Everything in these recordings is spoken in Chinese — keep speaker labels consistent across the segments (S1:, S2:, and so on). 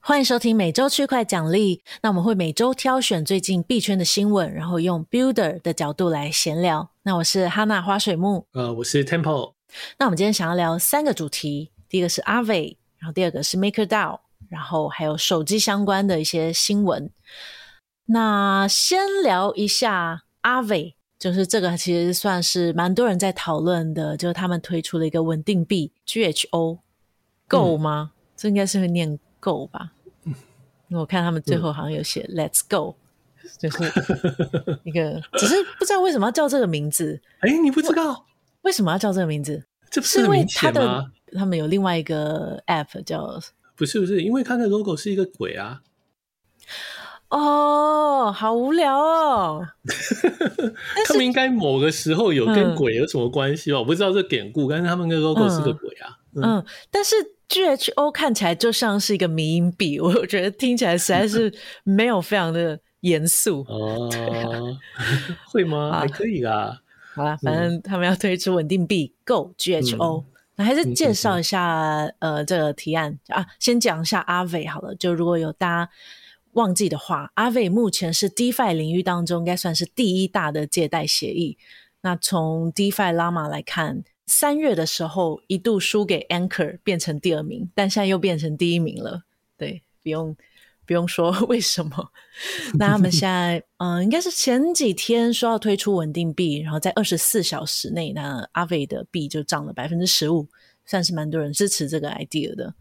S1: 欢迎收听每周区块奖励。那我们会每周挑选最近币圈的新闻，然后用 Builder 的角度来闲聊。那我是哈娜花水木，
S2: 呃，我是 Temple，
S1: 那我们今天想要聊三个主题，第一个是 Aave，然后第二个是 MakerDAO，然后还有手机相关的一些新闻。那先聊一下 Aave，就是这个其实算是蛮多人在讨论的，就是他们推出了一个稳定币 GHO，够吗？这应该是会念够吧？我看他们最后好像有写 Let's Go，、就是一个，只是不知道为什么要叫这个名字，
S2: 哎，你不知道，
S1: 为什么要叫这个名字？
S2: 这不
S1: 是
S2: 是
S1: 因
S2: 很
S1: 为
S2: 明
S1: 它
S2: 显
S1: 的
S2: 吗？
S1: 他们有另外一个 app 叫
S2: 不是不是，因为它的 logo 是一个鬼啊，
S1: 哦，好无聊哦。
S2: 他们应该某个时候有跟
S1: 嗯
S2: 鬼有什么关系吧？我不知道这典故，但是他们的 logo 是个鬼啊，嗯，
S1: 嗯，但是 GHO 看起来就像是一个迷音币，我觉得听起来实在是没有非常的严肃。
S2: 哦，会吗？
S1: 啊
S2: 还可以啦，
S1: 好啦，反正他们要推出稳定币 Go GHO，、那还是介绍一下、呃这个提案啊。先讲一下阿伟好了，就如果有大家忘记的话，阿伟目前是 DeFi 领域当中应该算是第一大的借贷协议。那从 DeFi Llama 来看，三月的时候一度输给 Anchor，变成第二名，但现在又变成第一名了。对，不用不用说为什么。那他们现在，嗯、应该是前几天说要推出稳定币，然后在二十四小时内，那阿伟的币就涨了百分之十五，算是蛮多人支持这个 idea 的。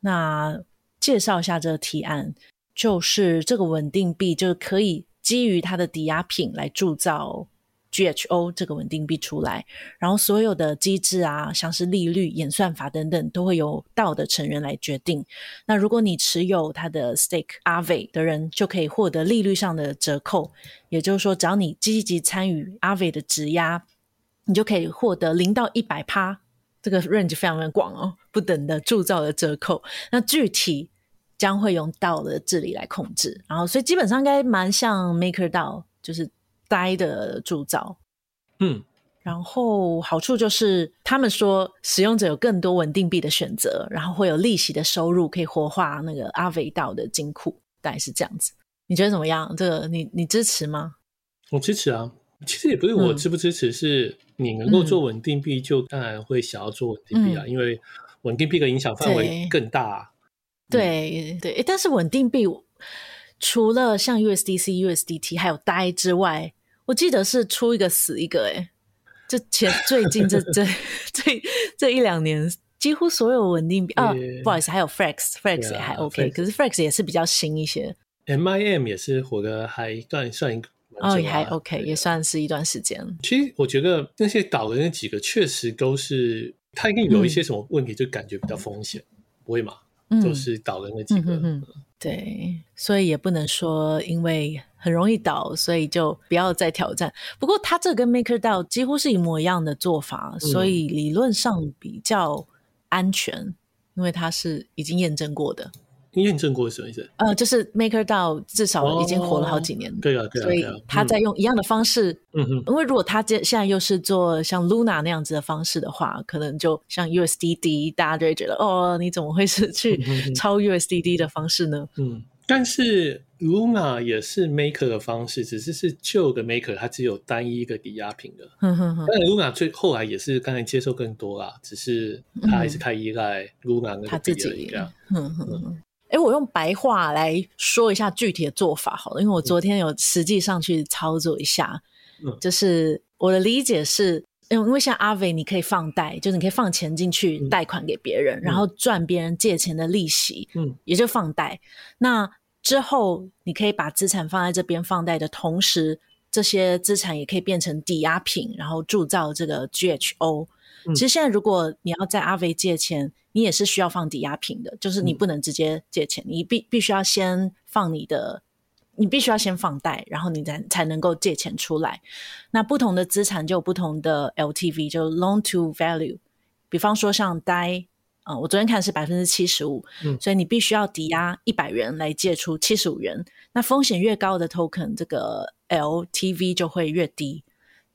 S1: 那介绍一下这个提案，就是这个稳定币就是可以基于它的抵押品来铸造 GHO 这个稳定币出来，然后所有的机制啊，像是利率、演算法等等，都会由 DAO 的成员来决定。那如果你持有它的 stake Aave 的人，就可以获得利率上的折扣。也就是说，只要你积极参与 Aave 的质押，你就可以获得零到一百趴，这个 range 非常非常广哦，不等的铸造的折扣。那具体将会用 DAO 的治理来控制，然后所以基本上应该蛮像 Maker DAO，就是呆的铸造。
S2: 嗯，
S1: 然后好处就是，他们说使用者有更多稳定币的选择，然后会有利息的收入，可以活化那个阿伟道的金库，大概是这样子。你觉得怎么样？这个你你支持吗？
S2: 我支持啊。其实也不是我
S1: 嗯
S2: 支不支持，是你能够
S1: 嗯
S2: 做稳定币，就当然会想要做稳定币啊，因为稳定币的影响范围
S1: 对
S2: 更大啊。
S1: 对
S2: 嗯
S1: 对，诶但是稳定币除了像 USDC、USDT 还有 DAI 之外，我记得是出一个死一个、诶欸就前最近这 这这这一两年，几乎所有稳定币啊
S2: 对，
S1: 不好意思，还有 Flex，Flex
S2: 对
S1: 也
S2: 啊
S1: 还 OK，、
S2: Flex
S1: 可是 Flex 也是比较新一些。
S2: MIM 也是活得还算算一个蛮久啊
S1: 哦，也还 OK，
S2: 对
S1: 也算是一段时间。
S2: 其实我觉得那些倒的那几个确实都是，他一定有一些什么问题，就感觉比较风险，不会嘛？
S1: 嗯，
S2: 就是倒的那几
S1: 嗯
S2: 个，
S1: 嗯嗯，对，所以也不能说因为很容易倒，所以就不要再挑战。不过它这跟 MakerDAO 几乎是一模一样的做法，所
S2: 嗯
S1: 以理论上比较安全，因为它是已经验证过的。
S2: 验证过什么意思？
S1: 呃，就是 MakerDAO 至少已经活了好几
S2: 哦
S1: 年，
S2: 对啊，对啊，
S1: 所以
S2: 对啊
S1: 他在
S2: 嗯
S1: 用一样的方式
S2: 嗯哼，
S1: 因为如果他这现在又是做像 Luna 那样子的方式的话，可能就像 USDD，大家就会觉得哦，你怎么会是去
S2: 嗯嗯嗯
S1: 超 USDD 的方式呢？
S2: 嗯。但是 Luna 也是 Maker 的方式，只是是旧的 Maker，它只有单一一个抵押品的。
S1: 哼哼哼，
S2: 但 Luna 最后来也是刚才接受更多啦，只是他还是太依赖 Luna 那
S1: 他嗯
S2: 个
S1: 自
S2: 币而已啊
S1: 己
S2: 这样。，嗯
S1: 哼哼哼。哎，我用白话来说一下具体的做法好了，因为我昨天有实际上去操作一下，
S2: 嗯
S1: 就是我的理解是。因为因为像阿伟，你可以放贷，就是你可以放钱进去
S2: 嗯
S1: 贷款给别人，然后赚别人借钱的利息。
S2: 嗯
S1: 也就放贷。那之后，你可以把资产放在这边放贷的同时，这些资产也可以变成抵押品，然后铸造这个 GHO。
S2: 嗯
S1: 其实现在，如果你要在阿维借钱，你也是需要放抵押品的，就是你
S2: 嗯
S1: 不能直接借钱，你必必须要先放你的，你必须要先放贷，然后你才才能够借钱出来。那不同的资产就有不同的 LTV，就 loan to value。比方说像 DAI，呃，我昨天看是百分之七十五，
S2: 嗯
S1: 所以你必须要抵押一百元来借出七十五元。那风险越高的 token，这个 LTV 就会越低。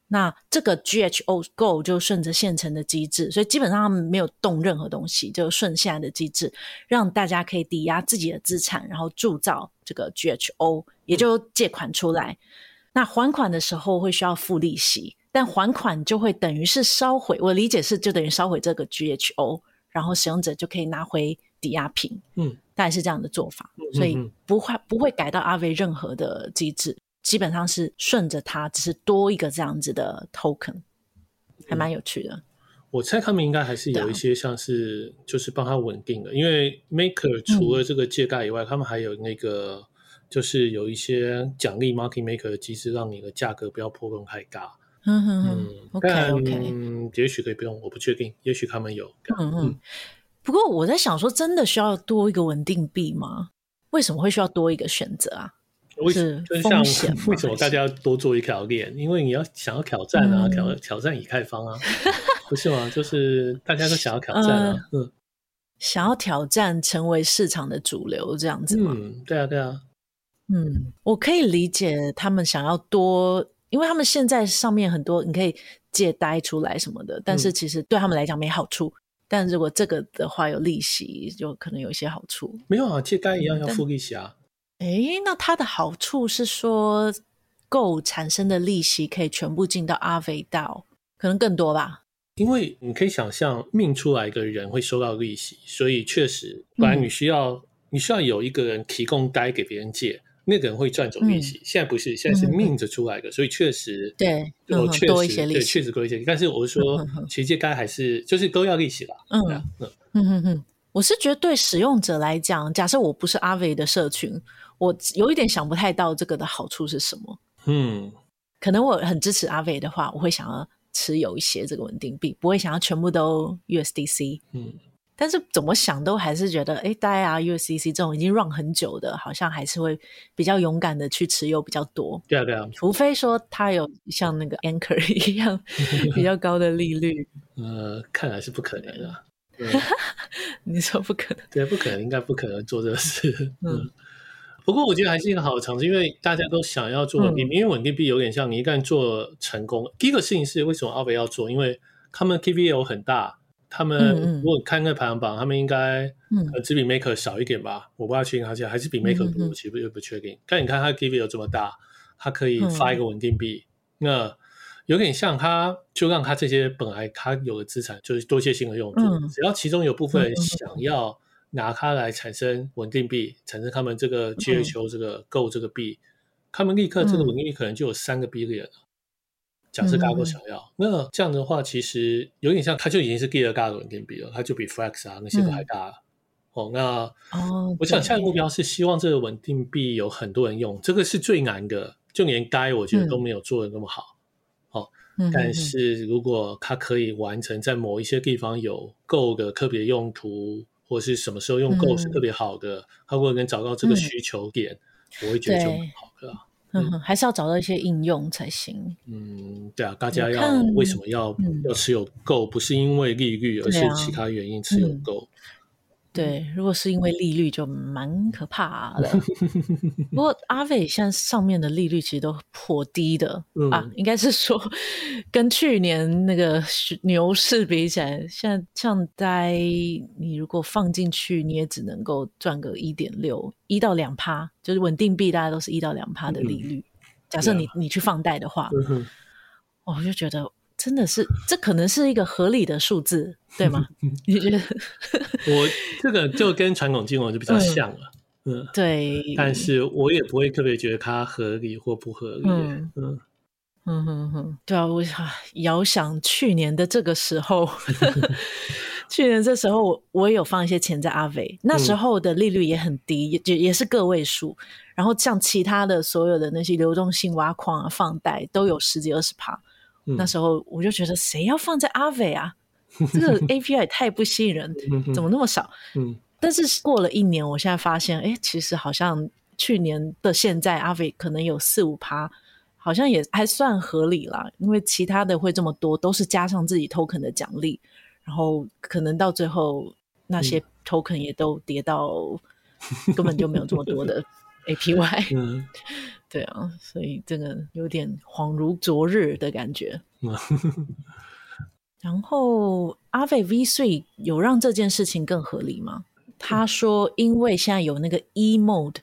S1: 那这个 GHO Go 就顺着现成的机制，所以基本上他们没有动任何东西，就顺现在的机制，让大家可以抵押自己的资产，然后铸造这个 GHO，也
S2: 嗯
S1: 就借款出来。那还款的时候会需要付利息，但还款就会等于是烧毁，我理解是就等于烧毁这个 GHO，然后使用者就可以拿回抵押品，
S2: 嗯，
S1: 大概是这样的做法，所
S2: 嗯
S1: 以
S2: 嗯
S1: 不会不会改到 RV 任何的机制，基本上是顺着它，只是多一个这样子的 token，还
S2: 嗯
S1: 蛮有趣的。
S2: 我猜他们应该还是有
S1: 对
S2: 一
S1: 啊
S2: 些像是就是帮他稳定的，因为 Maker
S1: 嗯
S2: 除了这个借贷以外，他们还有那个就是有一些奖励 Market Maker 的机制，让你的价格不要波动太大。
S1: 嗯哼
S2: 嗯
S1: 哼，OK
S2: 但
S1: OK，
S2: 也许可以不用，我不确定，也许他们有。
S1: 嗯
S2: 嗯
S1: 嗯。不过我在想说，真的需要多一个稳定币吗？为什么会需要多一个选择啊？
S2: 为
S1: 是
S2: 就是
S1: 风
S2: 像
S1: 险 吗
S2: 为什么大家要多做一条链？因为你要想要挑战啊，
S1: 嗯
S2: 挑挑战以太 坊啊，不是吗？就是大家都想要挑战啊，
S1: 呃
S2: 嗯
S1: 想要挑战成为市场的主流这样子吗？
S2: 嗯，对啊对啊，
S1: 嗯，我可以理解他们想要多，因为他们现在上面很多你可以借贷出来什么的，但是
S2: 嗯
S1: 其实对他们来讲没好处。但如果这个的话有利息，就可能有一些好处。
S2: 没有啊，借贷一样要
S1: 嗯但
S2: 付利息啊。
S1: 诶，那它的好处是说，Go 产生的利息可以全部进到阿维道，可能更多吧。
S2: 因为你可以想象命出来一个人会收到利息，所以确实，
S1: 嗯
S2: 本来你需要、你需要有一个人提供贷给别人借，那个人会赚走利息。现在不是，现在是
S1: 嗯嗯嗯嗯
S2: 命着出来的，所以确实
S1: 对嗯
S2: 就
S1: 嗯
S2: 确实
S1: 多一些利息
S2: 对，确实多一些。但是我是说，
S1: 嗯嗯嗯
S2: 其实借贷还是就是都要利息啦。
S1: 嗯
S2: 对啊嗯
S1: 嗯哼哼，我是觉得对使用者来讲，假设我不是阿维的社群，我有一点想不太到这个的好处是什么。
S2: 嗯，
S1: 可能我很支持阿伟的话，我会想要持有一些这个稳定币，不会想要全部都 USDC。
S2: 嗯，
S1: 但是怎么想都还是觉得，哎，大家 USDC 这种已经 run 很久的，好像还是会比较勇敢的去持有比较多，
S2: 对啊，对啊，
S1: 除非说它有像那个 Anchor 一 样比较高的利率。
S2: 呃，看来是不可能的、啊。嗯
S1: 你说不可能？
S2: 对，不可能，应该不可能做这个事。
S1: 嗯
S2: 嗯，不过我觉得还是一个好的尝试，因为大家都想要
S1: 嗯
S2: 做稳定币，因为稳定币有点像你一旦做成功，第一个事情是为什么阿伟要做？因为他们 KVL 很大，他
S1: 嗯
S2: 们
S1: 嗯
S2: 如果看那排行榜，他们应该
S1: 嗯
S2: 呃只比 Maker 少一点吧，我不知道确定，而且还是比 Maker 多，
S1: 嗯嗯嗯
S2: 我其实又不确定。但你看它 KVL 这么大，它可
S1: 嗯
S2: 以发一个稳定币，那。有点像他，就让他这些本来他有的资产，就是多一些新的用途。
S1: 嗯
S2: 只要其中有部分人
S1: 嗯嗯嗯
S2: 想要拿它来产生稳定币，产生他们这个 GHO 这个 Go 这个币，他们立刻这个
S1: 嗯
S2: 稳定币可能就有三个 billion 了。假设大家都想要，那这样的话，其实有点像，它就已经是第二大的稳定币了，它就比 Flex 啊那些都
S1: 嗯
S2: 还大了。哦，那
S1: 哦，
S2: 我想
S1: 对
S2: 下一个目标是希望这个稳定币有很多人用，这个是最难的，就连该我觉得都没有做的那么好。
S1: 嗯
S2: 但是如果它可以完成在某一些地方有够的特别用途，或是什么时候用够是
S1: 嗯
S2: 特别好的，它如果能找到这个
S1: 嗯
S2: 需求点，我会觉得就蛮好的啦。
S1: 嗯哼，还是要找到一些应用才行。
S2: 嗯，对啊，大家
S1: 我
S2: 要
S1: 看
S2: 为什么要、
S1: 嗯
S2: 要持有够？不是因为利率，
S1: 对
S2: 而是
S1: 啊
S2: 其他原因持有
S1: 嗯
S2: 够。
S1: 对，如果是因为利率，就蛮可怕的。不 过阿伟现在上面的利率其实都颇低的、
S2: 嗯
S1: 啊，应该是说跟去年那个是牛市比起来，现在像在你如果放进去，你也只能够赚个一点六一到两趴，就是稳定币大家都是一到两趴的利率。假设
S2: 啊
S1: 你、你去放贷的话，
S2: 嗯哼，
S1: 哦我就觉得真的是这可能是一个合理的数字，对 吗？你觉得？
S2: 我这个就跟传统金融就比较
S1: 嗯
S2: 像了。嗯，
S1: 对，
S2: 但是我也不会特别觉得它合理或不合理。
S1: 嗯
S2: 嗯
S1: 嗯哼哼，对啊，我啊遥想去年的这个时 候， 去年这时候我我也有放一些钱在阿伟，那
S2: 嗯
S1: 时候的利率也很低，也也也是个位数。然后像其他的所有的那些流动性挖矿啊、放贷都有十几二十趴，
S2: 嗯，
S1: 那时候我就觉得谁要放在阿伟 啊？这个 API 也太不吸引人，
S2: 嗯
S1: 怎么那么少？
S2: 嗯
S1: 但是过了一年，我现在发现，哎，其实好像去年的现在，阿伟可能有四五趴，好像也还算合理啦。因为其他的会这么多，都是加上自己 token 的奖励，然后可能到最后那些 token 也都跌到根本就没有这么多的 APY，
S2: 嗯，
S1: 对啊，所以这个有点恍如昨日的感觉。
S2: 嗯
S1: 然后阿费 V 税有让这件事情更合理吗？
S2: 嗯
S1: 他说，因为现在有那个 E mode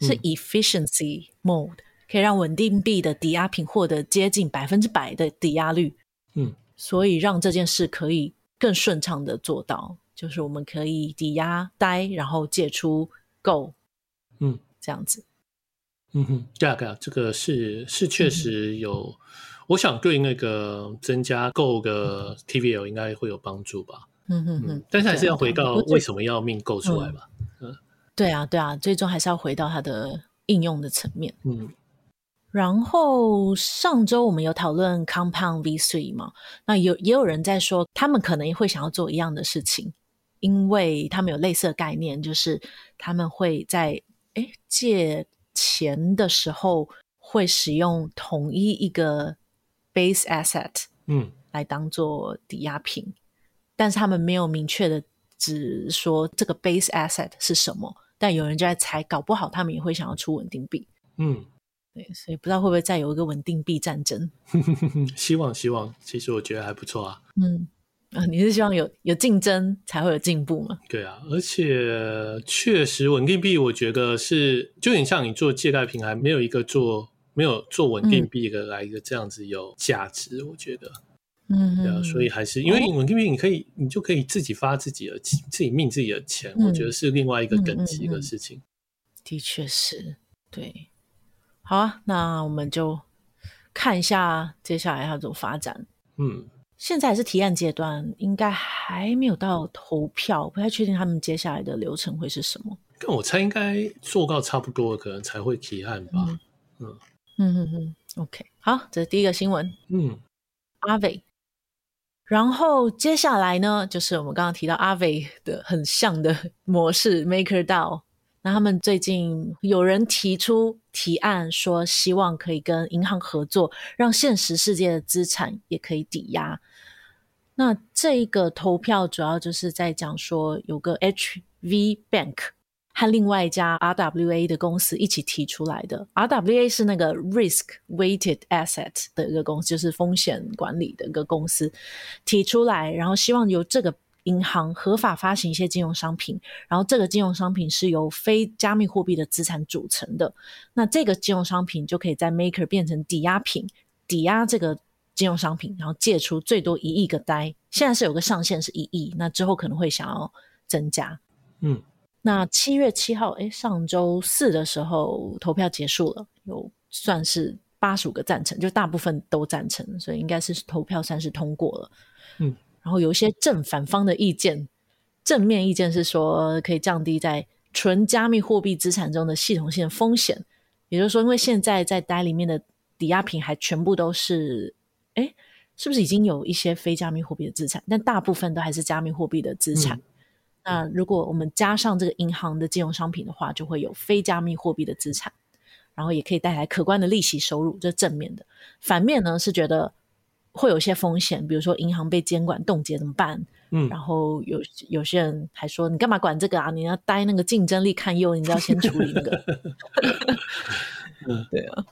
S1: 是
S2: 嗯
S1: efficiency mode，、可以让稳定币的抵押品获得接近百分之百的抵押率，
S2: 嗯，
S1: 所以让这件事可以更顺畅的做到，就是我们可以抵押呆，然后借出 Go，
S2: 嗯，
S1: 这样子，
S2: 嗯哼， 对啊，对啊，这个是是
S1: 嗯
S2: 确实有，我想对那个增加购的 TVL 应该会有帮助吧。
S1: 嗯哼哼
S2: 嗯，，但是还是
S1: 对啊
S2: 要回到
S1: 我嗯觉得
S2: 为什么要命购出来吧。
S1: 对啊，对啊，最终还是要回到它的应用的层面。
S2: 嗯
S1: 然后上周我们有讨论 Compound V three 嘛，那有也有人在说，他们可能会想要做一样的事情，因为他们有类似的概念，就是他们会在诶借钱的时候会使用统一一个 base asset
S2: 嗯
S1: 来当做抵押品，但是他们没有明确的只说这个 base asset 是什么，但有人就在猜，搞不好他们也会想要出稳定币。
S2: 嗯
S1: 对，所以不知道会不会再有一个稳定币战争。
S2: 哼哼，嗯 希望希望，其实我觉得还不错啊。
S1: 嗯，啊，你是希望有有竞争才会有进步吗？
S2: 对啊，而且确实稳定币，我觉得是就很像你做借贷平台，没有一个做没有做稳定币的来一个这样子有价值，我觉得。
S1: 嗯，
S2: 对啊，所以还是因为稳定币，你可以你就可以自己发自己的自己命自己的钱，
S1: 嗯
S2: 我觉得是另外一个等级
S1: 嗯嗯
S2: 的
S1: 嗯
S2: 事情。
S1: 的确是对。好啊，那我们就看一下接下来它怎么发展。
S2: 嗯
S1: 现在还是提案阶段，应该还没有到投票，不太确定他们接下来的流程会是什么。
S2: 但我猜应该做到差不多，可能才会提案吧。
S1: 嗯嗯嗯，OK，好，这是第一个新闻。
S2: 嗯
S1: 阿伟。然后接下来呢，就是我们刚刚提到阿伟的很像的模式 MakerDAO。那他们最近有人提出提案，说希望可以跟银行合作，让现实世界的资产也可以抵押。那这个投票主要就是在讲说，有个 HV Bank 和另外一家 RWA 的公司一起提出来的。RWA 是那个 Risk Weighted Asset 的一个公司，就是风险管理的一个公司提出来，然后希望由这个银行合法发行一些金融商品，然后这个金融商品是由非加密货币的资产组成的。那这个金融商品就可以在 Maker 变成抵押品，抵押这个金融商品，然后借出最多一亿个呆。现在是有个上限是一亿，那之后可能会想要增加。
S2: 嗯
S1: 那七月七号，哎，上周四的时候投票结束了，有算是八十五个赞成，就大部分都赞成，所以应该是投票算是通过了。
S2: 嗯，
S1: 然后有一些正反方的意见，正面意见是说可以降低在纯加密货币资产中的系统性的风险，也就是说，因为现在在 DAI 里面的抵押品还全部都是，哎，是不是已经有一些非加密货币的资产？但大部分都还是加密货币的资产。
S2: 嗯
S1: 那如果我们加上这个银行的金融商品的话，就会有非加密货币的资产，然后也可以带来可观的利息收入，这是正面的。反面呢是觉得会有一些风险，比如说银行被监管冻结怎么办？
S2: 嗯
S1: 然后有有些人还说：“你干嘛管这个啊？你要待那个竞争力堪忧，你就要先处理那个。”
S2: 嗯
S1: 对啊，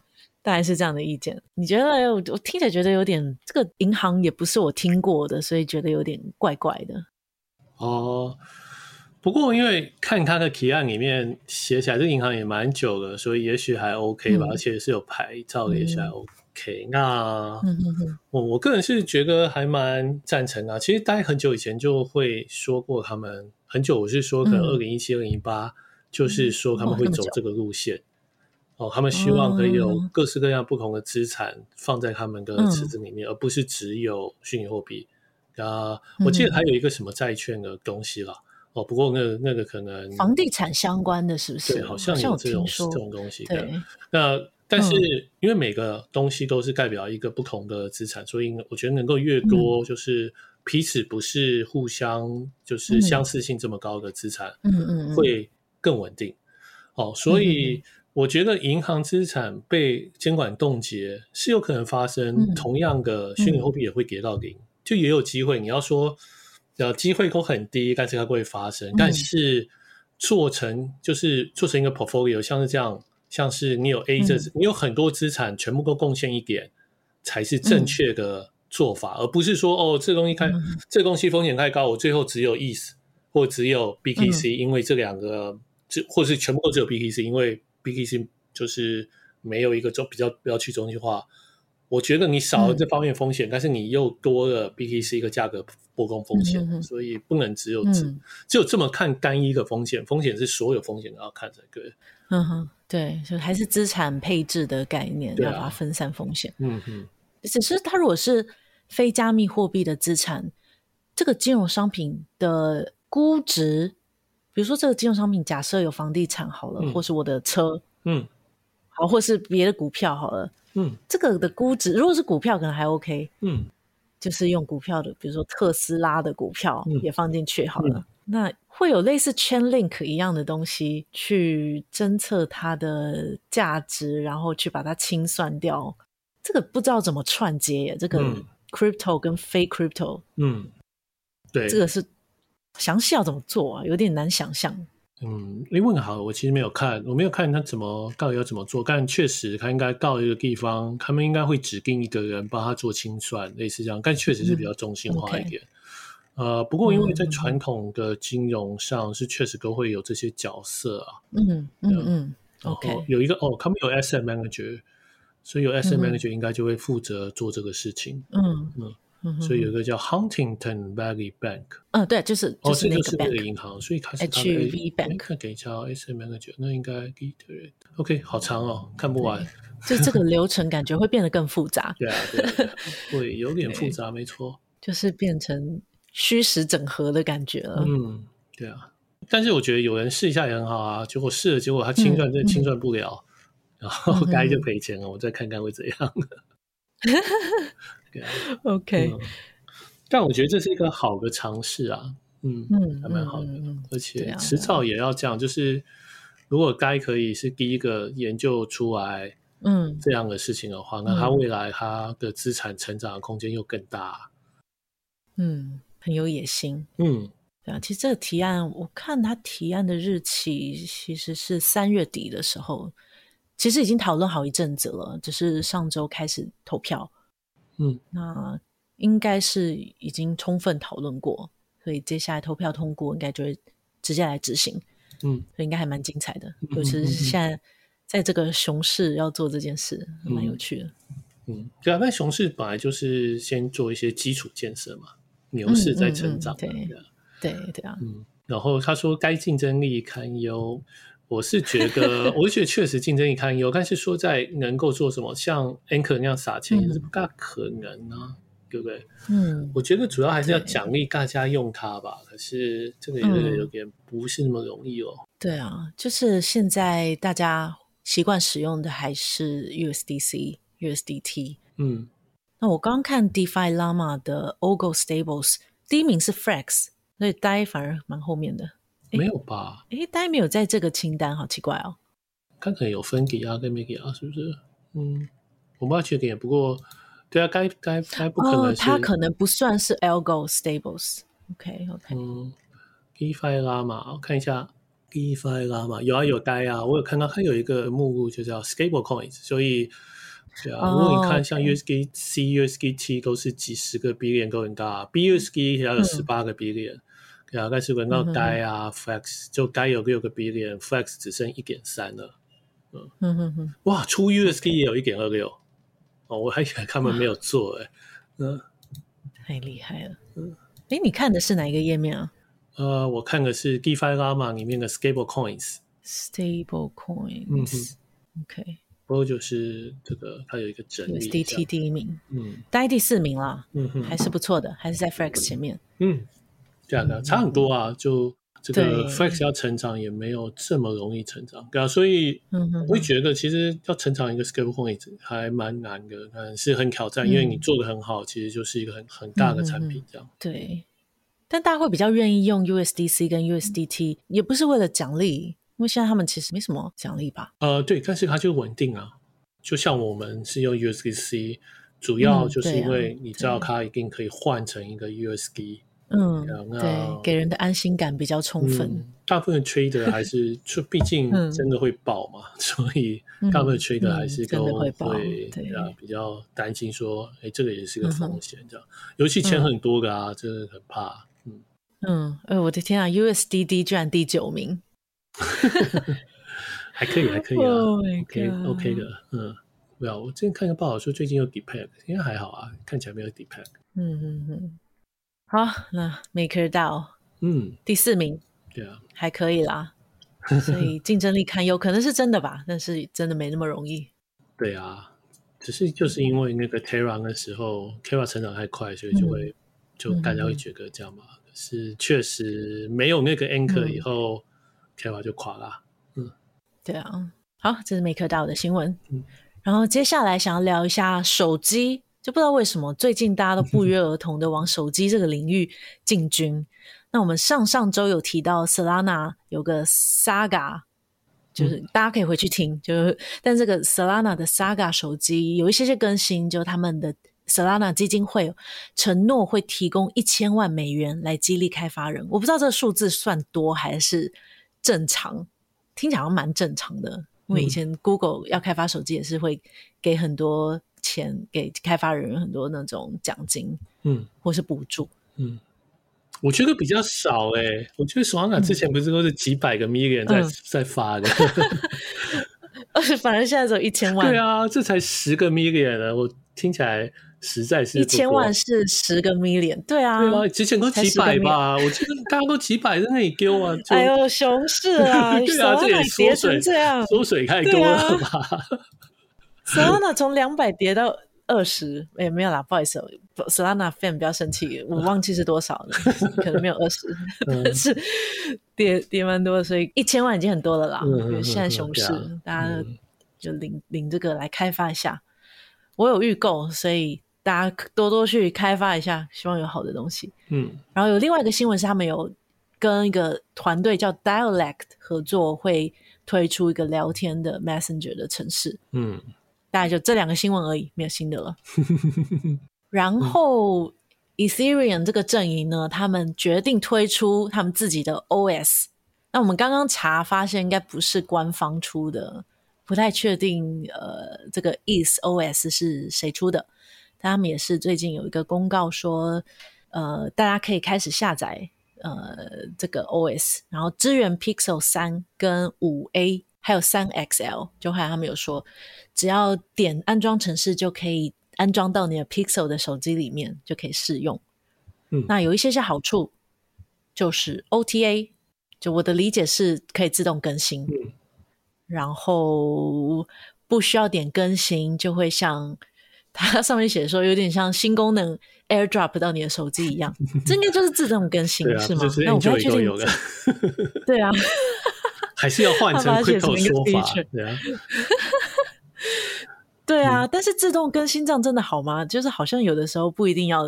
S1: 大概是这样的意见。你觉得我我听起来觉得有点这个银行也不是我听过的，所以觉得有点怪怪的。
S2: 哦。不过，因为看他的提案里面写起来，这个银行也蛮久了，所以也许还 OK 吧，
S1: 嗯
S2: 而且是有牌照的，也许还
S1: 嗯
S2: OK。那
S1: 嗯嗯嗯
S2: 我我个人是觉得还蛮赞成啊。其实大家很久以前就会说过，他们很久，我是说可能
S1: 嗯
S2: 二零一七、二零一八，就是说他们
S1: 哇
S2: 会
S1: 那么
S2: 走
S1: 久
S2: 这个路线。哦，他们希望可以有
S1: 哦嗯
S2: 各式各样不同的资产放在他们的池子里面，而不是只有虚拟货币。啊，我记得
S1: 嗯
S2: 还有一个什么债券的东西啦。哦，不过那个那个可能
S1: 房地产相关的是不是？
S2: 嗯对，好像
S1: 有
S2: 有这
S1: 听
S2: 种
S1: 说
S2: 这。种东西。
S1: 对，
S2: 那但是
S1: 嗯
S2: 因为每个东西都是代表一个不同的资产，所以我觉得能够越
S1: 嗯
S2: 多，就是彼此不是互相就是
S1: 嗯
S2: 相似性这么高的资产，
S1: 嗯嗯嗯，嗯
S2: 会更稳定。哦，所以我觉得银行资产被监管冻结是有可能发生
S1: 嗯，
S2: 同样的虚拟货币也会跌到零，就
S1: 嗯
S2: 也有机会。你要说，呃，机会都很低，但是它会发生。但是做成就是做成一个 portfolio，像是这样，像是你有 A 这、
S1: 嗯
S2: 你有很多资产，全部都贡献一点，才是正
S1: 嗯
S2: 确的做法，而不是说哦，这东西太、这东西风险太高，我最后只有 ETH 或只有 BTC，、因
S1: 嗯
S2: 为这两个这或是全部都只有 BTC，因为 BTC 就是没有一个中比较比较去中心化。我觉得你少了
S1: 嗯
S2: 这方面风险，但是你又多了 BTC 一个价格波动风险，
S1: 嗯哼哼
S2: 所以不能只有只、
S1: 嗯
S2: 只有这么看单一的风险，风险是所有风险都要看才对。
S1: 嗯哼，对，就还是资产配置的概念，
S2: 对啊
S1: 要把它分散风险。
S2: 嗯嗯，
S1: 只是它如果是非加密货币的资产，这个金融商品的估值，比如说这个金融商品假设有房地产好了，
S2: 嗯
S1: 或是我的车，
S2: 嗯
S1: 好，或是别的股票好了，
S2: 嗯
S1: 这个的估值，如果是股票可能还 OK，
S2: 嗯，
S1: 就是用股票的，比如说特斯拉的股票
S2: 嗯
S1: 也放进去好了。那会有类似 Chainlink 一样的东西去侦测它的价值，然后去把它清算掉。这个不知道怎么串接耶，这个
S2: 嗯
S1: crypto 跟非 crypto，、
S2: 嗯，对，
S1: 这个是详细要怎么做啊？有点难想象。
S2: 嗯，你问得好，我其实没有看，我没有看他怎么到底要怎么做，但确实他应该到一个地方，他们应该会指定一个人帮他做清算，类似这样，但确实是比较中心化一点。呃，不过因为在
S1: 嗯
S2: 传统的金融上是确实都会有这些角色啊，
S1: 嗯嗯嗯
S2: 然后
S1: ，OK，
S2: 有一个哦，他们有 asset manager，所以有 asset
S1: 嗯哼
S2: manager 应该就会负责做这个事情，
S1: 嗯
S2: 嗯
S1: 嗯
S2: 所以有一个叫 Huntington Valley Bank，
S1: 嗯，对，就是
S2: 哦，
S1: 就是
S2: 这
S1: 那
S2: 就
S1: 个
S2: 是那个
S1: bank，
S2: 银行，所以它是它的
S1: HUB Bank
S2: 哎看等一下哦，S M Manager，那应该 Literate。OK，好长哦，看不完。
S1: 就这个流程感觉会变得更复杂。
S2: 对啊，对 啊，对啊会有点复杂，没错。
S1: 就是变成虚实整合的感觉了。
S2: 嗯，对啊。但是我觉得有人试一下也很好啊，结果试了，结果他清算真的清算不了，然后
S1: 嗯
S2: 该就赔钱了。我再看看会怎样。 对啊，
S1: OK，
S2: 嗯但我觉得这是一个好的尝试啊。嗯，
S1: 嗯，
S2: 还蛮好的
S1: 嗯嗯嗯
S2: 而
S1: 对
S2: 且
S1: 啊
S2: 迟早也要这样，就是如果该可以是第一个研究出来
S1: 嗯，
S2: 这样的事情的话，那他未来他的资产成长的空间又更大。
S1: 嗯，很有野心。
S2: 嗯
S1: 对啊，其实这个提案，我看他提案的日期其实是三月底的时候，其实已经讨论好一阵子了，只是上周开始投票。
S2: 嗯，
S1: 那应该是已经充分讨论过，所以接下来投票通过，应该就会直接来执行。
S2: 嗯，
S1: 所以应该还蛮精彩的，
S2: 嗯
S1: 尤其是
S2: 嗯嗯
S1: 现在在这个熊市要做这件事，还蛮有趣的。
S2: 嗯，对啊，那熊市本来就是先做一些基础建设嘛，牛市在成长嘛、
S1: 嗯嗯嗯
S2: 对啊
S1: 对对啊，
S2: 嗯，然后他说该竞争力堪忧，我是觉 得，我是觉得确实竞争力堪忧，但是说在能够做什么，像 Anchor 那样撒钱也是不大可能啊，对不对？
S1: 嗯
S2: 我觉得主要还是要
S1: 对
S2: 奖励大家用它吧，可是这个也是
S1: 嗯
S2: 有点不是那么容易哦。
S1: 对啊，就是现在大家习惯使用的还是 USDC、USDT。
S2: 嗯
S1: 那我刚看 DeFi Llama 的 Ogo Stables 第一名是 Frax，所以 DAI 反而蛮后面的。诶
S2: 没有吧？
S1: 诶 d a i 没有在这个清单，好奇怪哦。
S2: 看可能有分给啊跟没给啊，是不是？嗯，我不知道缺点，不过对啊，该该该不可
S1: 哦，
S2: 能是、
S1: 它可能不算是 Algo Stables。OK OK，
S2: 嗯，GFI 拉嘛，我看一下 GFI 拉嘛，有啊有呆啊，我有看到它有一个目录就叫 Stable Coins，所以对啊，如果你看像
S1: 哦
S2: USDC、USDT 都是几十个 billion 都很大，BUSD 啊也要有
S1: 嗯
S2: 十八个 billion，、对啊，但是轮到
S1: 嗯哼哼
S2: 呆啊、Flex 就呆有六个 billion，Flex 只剩一点三了。
S1: 嗯哼哼，
S2: 哇，出 USD 也有一点二六，哦，我还以为他们没有做哎、嗯
S1: 太厉害了。嗯诶，你看的是哪一个页面啊
S2: 呃我看的是 DeFi Llama 里面的 Stable Coins，
S1: ？Stable
S2: 嗯
S1: Coins
S2: 哼。
S1: OK，
S2: 不过就是这个它有一个整理这
S1: USDT
S2: 样，
S1: 第一名
S2: 嗯
S1: ，DAI 第四名啦，
S2: 嗯哼
S1: 还是不错的，还是在 Frax 前面。
S2: 嗯，对啊对啊，差很多啊，就这个
S1: 对
S2: Flex 要成长也没有这么容易成长，对啊，所以
S1: 嗯
S2: 我
S1: 哼
S2: 会觉得其实要成长一个 Stable Coins 还蛮难的，但是很挑战，因为
S1: 嗯
S2: 你做的很好，其实就是一个很很大的产品这样，
S1: 对，但大家会比较愿意用 USDC 跟 USDT，也不是为了奖励，因为现在他们其实没什么奖励吧？
S2: 呃，对，但是它就稳定啊，就像我们是用 USDC，主要
S1: 嗯
S2: 就是
S1: 对
S2: 因
S1: 啊
S2: 为你知道
S1: 对
S2: 它一定可以换成一个 USD，、
S1: 嗯，
S2: 然后
S1: 对，给人的安心感比较充分。
S2: 嗯大部分 trader 还是就毕竟
S1: 嗯
S2: 真的会爆嘛， 所以大部分 trader 还是
S1: 嗯真的
S2: 都
S1: 会
S2: 会
S1: 爆对嗯
S2: 啊比较担心说，哎，这个也是个风险这样，尤其钱很多的啊，真的很怕。嗯，
S1: 嗯，哎，我的天啊，USDD 居然第九名
S2: 还可以，还可 以
S1: Oh
S2: 啊
S1: my
S2: ，OK
S1: God
S2: OK 的，嗯。没有，我之前看一个报道说最近有 depeg，应该还好啊，看起来没有 depeg。
S1: 嗯嗯嗯，好，那 Maker DAO
S2: 嗯，
S1: 第四名
S2: 对啊，
S1: 还可以啦，所以竞争力堪忧，可能是真的吧，但是真的没那么容易。
S2: 对啊，只是就是因为那个 Terra 那时候 Terra 成长太快，所以
S1: 嗯
S2: 就会、就大家会觉得这样嘛。可是确实没有那个 Anchor
S1: 嗯
S2: 以后、Terra 就垮啦。
S1: 对啊，好，这是 Maker DAO 的新闻
S2: 嗯。
S1: 然后接下来想要聊一下手机，就不知道为什么最近大家都不约而同的往手机这个领域进军。那我们上上周有提到 Solana 有个 Saga，就是
S2: 嗯
S1: 大家可以回去听，就是但这个 Solana 的 Saga 手机有一些是更新，就他们的 Solana 基金会承诺会提供一千万美元来激励开发人。我不知道这个数字算多还是正常，听起来好像蛮正常的。因
S2: 嗯
S1: 为以前 Google 要开发手机也是会给很多钱给开发人员很多那种奖金
S2: 嗯
S1: 或是补助。
S2: 嗯，我觉得比较少哎、我觉得索安卡之前不是都是几百个 million 在、
S1: 嗯
S2: 在发 的，
S1: 而且反而现在只有一千万，
S2: 对啊，这才十个 million 呢，我听起来实在是
S1: 一
S2: 不
S1: 千
S2: 多
S1: 万是十个 million，对啊，
S2: 对啊，之前都
S1: 才
S2: 几
S1: 10个
S2: 百吧，我记得大家都几百在那里丢啊，就
S1: 哎呦，熊市啊，
S2: 对啊，这也
S1: Solana 跌
S2: 缩
S1: 成
S2: 水
S1: 这样
S2: 缩水太多
S1: 啊
S2: 了吧？
S1: ，Solana 从两百跌到二十，哎，没有啦，不好意思哦不，Solana fan 不要生气，我忘记是多少了， 可能没有二十，
S2: 嗯
S1: 但是跌跌蛮多的，所以一千万已经很多了啦。
S2: 嗯嗯嗯
S1: 因为现在熊市
S2: 对啊，
S1: 大家
S2: 嗯
S1: 就领领这个来开发一下。我有预购，所以大家多多去开发一下，希望有好的东西。
S2: 嗯
S1: 然后有另外一个新闻是，他们有跟一个团队叫 Dialect 合作，会推出一个聊天的 Messenger 的城市。
S2: 嗯
S1: 大概就这两个新闻而已，没有新的了。然后 Ethereum 这个阵营呢，他们决定推出他们自己的 OS。那我们刚刚查发现，应该不是官方出的，不太确定。呃，这个 ETH OS 是谁出的？但他们也是最近有一个公告说，呃，大家可以开始下载呃这个 OS，然后支援 Pixel 三跟五 A，还有三 XL。就后来他们有说，只要点安装程式就可以安装到你的 Pixel 的手机里面，就可以试用。
S2: 嗯
S1: 那有一些些好处，就是 OTA，就我的理解是可以自动更新，
S2: 嗯
S1: 然后不需要点更新，就会像它上面写说，有点像新功能 AirDrop 到你的手机一 样，这应该就是自动更新、
S2: 对啊，
S1: 是
S2: 这
S1: 吗？
S2: 就是
S1: 那我不太
S2: Enjoy
S1: 确
S2: 都
S1: 定
S2: 有的，
S1: 这，对啊。
S2: 还是要换成
S1: 他把它写成
S2: crypto
S1: 一个
S2: 说法
S1: feature，
S2: 对啊，
S1: 对啊，
S2: 嗯
S1: 但是自动更新这样真的好吗？就是好像有的时候不一定要，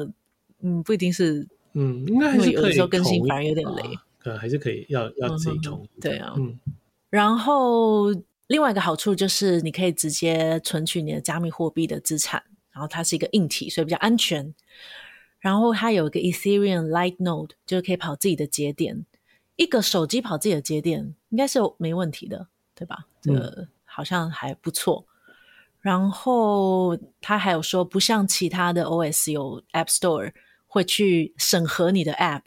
S1: 嗯，不一定是，
S2: 嗯，应该还
S1: 因为
S2: 是
S1: 有
S2: 可
S1: 的
S2: 以
S1: 时候更新
S2: 同意
S1: 反而有点
S2: 吧
S1: 累，
S2: 可能还是可以要要自己
S1: 嗯哼
S2: 同意，
S1: 对啊
S2: 嗯
S1: 然后另外一个好处就是你可以直接存取你的加密货币的资产，然后它是一个硬体，所以比较安全。然后它有一个 Ethereum Light Node，就是可以跑自己的节点，一个手机跑自己的节点应该是有没问题的，对吧？这个好像还不错。然后他还有说，不像其他的 OS 有 App Store 会去审核你的 App，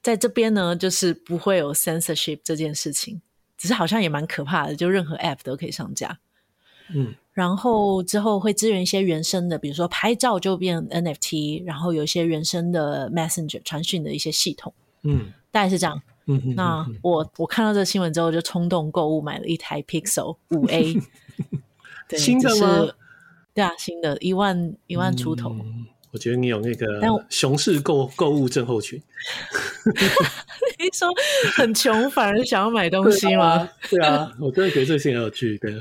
S1: 在这边呢，就是不会有 censorship 这件事情，只是好像也蛮可怕的，就任何 App 都可以上架。
S2: 嗯
S1: 然后之后会支援一些原生的，比如说拍照就变 NFT，然后有一些原生的 Messenger 传讯的一些系统，
S2: 嗯
S1: 大概是这样。
S2: 嗯嗯，
S1: 那
S2: 嗯
S1: 我我看到这个新闻之后，就冲动购物买了一台 Pixel 五 A，对，
S2: 新的
S1: 只是
S2: 吗？
S1: 对啊，新的，一万一万出头。
S2: 嗯我觉得你有那个
S1: 但我
S2: 熊市购购物症候群，
S1: 你说很穷，反而想要买东西吗？
S2: 对啊，我真的觉得这些很有趣，对，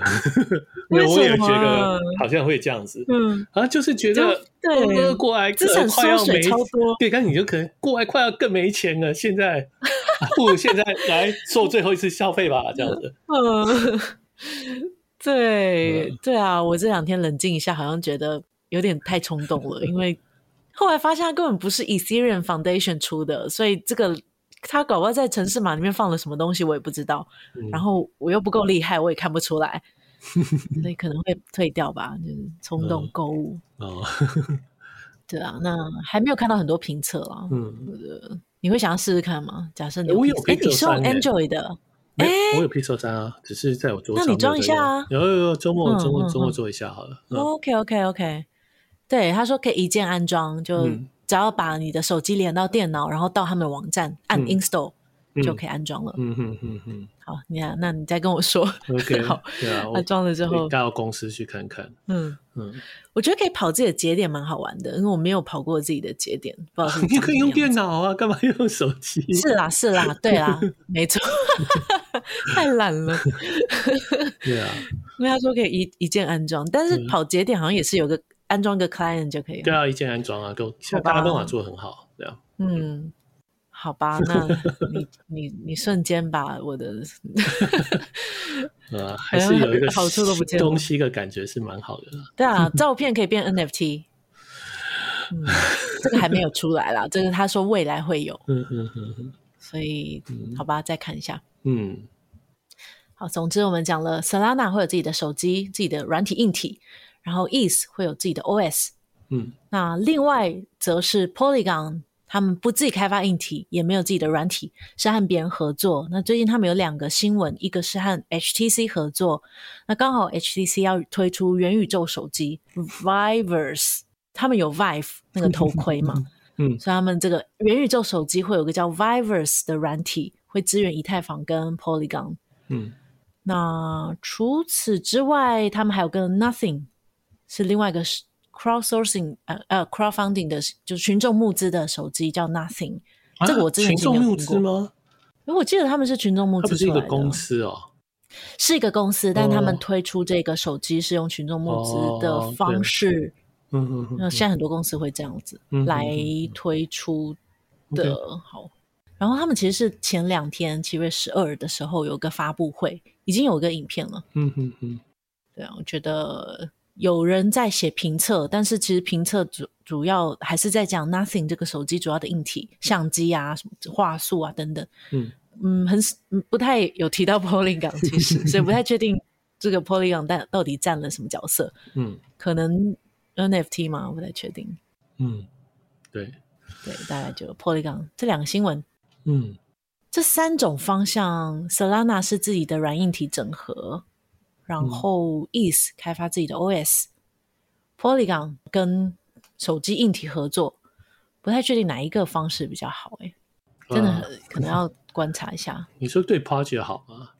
S1: 为
S2: 有我也
S1: 什么
S2: 觉得好像会这样子，
S1: 嗯，
S2: 啊，就是觉得
S1: 就对
S2: 呃过来
S1: 资产
S2: 快要
S1: 缩水
S2: 没
S1: 超多。
S2: 对，但你就可能过来快要更没钱了，现在啊不如现在来做最后一次消费吧，这样子。
S1: 嗯，对
S2: 嗯
S1: 对啊，我这两天冷静一下，好像觉得有点太冲动了，因为后来发现它根本不是 Ethereum Foundation 出的，所以这个它搞不好在城市码里面放了什么东西，我也不知道。
S2: 嗯
S1: 然后我又不够厉害，我也看不出来，所以可能会退掉吧，就是冲动购物。
S2: 哦，
S1: 对啊，那还没有看到很多评测啦。
S2: 嗯，
S1: 你会想要试试看吗？假设你
S2: 诶我有
S1: 哎，
S2: Pixel
S1: 你是用
S2: 3耶
S1: Android 的，
S2: 没有，我有 Pixel 三啊，只是在我桌
S1: 那
S2: 上。
S1: 你装一下啊
S2: 有有有，周末
S1: 嗯
S2: 周
S1: 嗯
S2: 末周末
S1: 嗯
S2: 做一下好了。嗯
S1: OK OK OK，对，他说可以一键安装，就
S2: 嗯
S1: 只要把你的手机连到电脑，然后到他们的网站按
S2: 嗯
S1: install 就可以
S2: 以。
S1: 安装了。
S2: 嗯哼哼哼
S1: 好，你看，那你再跟我说，
S2: 哼 ，OK，
S1: 好
S2: 对啊，
S1: 安
S2: 我
S1: 装了之
S2: 可
S1: 后
S2: 以，带到公司去看看。
S1: 嗯，
S2: 嗯，
S1: 我觉得可以跑自己的节点，蛮好玩的，因为我没有跑过自己的节点，不知道是
S2: 你
S1: 长
S2: 可以用
S1: 什么样
S2: 电脑啊，干嘛用手机？
S1: 子。是啦，是 啦，对啦，没错， 太懒了。
S2: 对啊，
S1: 因为他说可以一一键安装，但是
S2: 嗯
S1: 跑节点好像也是有个安装一个 client 就可以了
S2: 对。啊，一键安装啊，都现在
S1: 好吧
S2: 大家都把它做得很好，对啊，
S1: 嗯，好吧，那你你你瞬间把我的
S2: 呃，还是有一个
S1: 哎好处都不见了
S2: 东西的感觉是蛮好的啦。
S1: 对啊，照片可以变 NFT，嗯，这个还没有出来啦，这个他说未来会有，
S2: 嗯嗯嗯嗯
S1: 所以
S2: 嗯
S1: 好吧，再看一下。
S2: 嗯，
S1: 好，总之我们讲了，Solana 会有自己的手机、自己的软体硬体，然后 ETH 会有自己的 OS。
S2: 嗯
S1: 那另外则是 Polygon，他们不自己开发硬体，也没有自己的软体，是和别人合作。那最近他们有两个新闻，一个是和 HTC 合作，那刚好 HTC 要推出元宇宙手机 Viverse，他们有 Vive 那个头盔嘛，
S2: 嗯
S1: 所以他们这个元宇宙手机会有个叫 Viverse 的软体，会支援以太坊跟 Polygon。
S2: 嗯
S1: 那除此之外，他们还有个 Nothing，是另外一个是 crowdsourcing 呃呃 crowdfunding 的，就是群众募资的手机叫 Nothing。
S2: 啊
S1: 这个我之前
S2: 群
S1: 是没有
S2: 众募
S1: 听
S2: 资吗？
S1: 因为我记得他们是群众募
S2: 它
S1: 资
S2: 不是
S1: 出
S2: 一
S1: 来的，
S2: 个公司哦。
S1: 是一个公司，但他们
S2: 哦
S1: 推出这个手机是用群众募资
S2: 哦
S1: 的
S2: 对
S1: 方式。
S2: 嗯嗯嗯
S1: 那、
S2: 嗯，
S1: 现在很多公司会这样子
S2: 嗯嗯嗯
S1: 来
S2: 嗯
S1: 推出的。好，然后他们其实是前两天七月十二的时候有个发布会，已经有个影片了。
S2: 嗯嗯嗯
S1: 对啊，我觉得有人在写评测，但是其实评测主主要还是在讲 Nothing 这个手机主要的硬体、相机啊、什么话术啊等等。
S2: 嗯
S1: 嗯，很嗯不太有提到 Polygon，其实，所以不太确定这个 Polygon 但到底占了什么角色，
S2: 嗯
S1: 可能 NFT 吗？我不太确定。
S2: 嗯，对，
S1: 对，大概就 Polygon 这两个新闻。
S2: 嗯
S1: 这三种方向，Solana 是自己的软硬体整合，然后 ETH 开发自己的 OS，Polygon 跟手机硬体合作，不太确定哪一个方式比较好、欸，真的
S2: 啊
S1: 很可能要观察一下。
S2: 你说对 Project 好吗？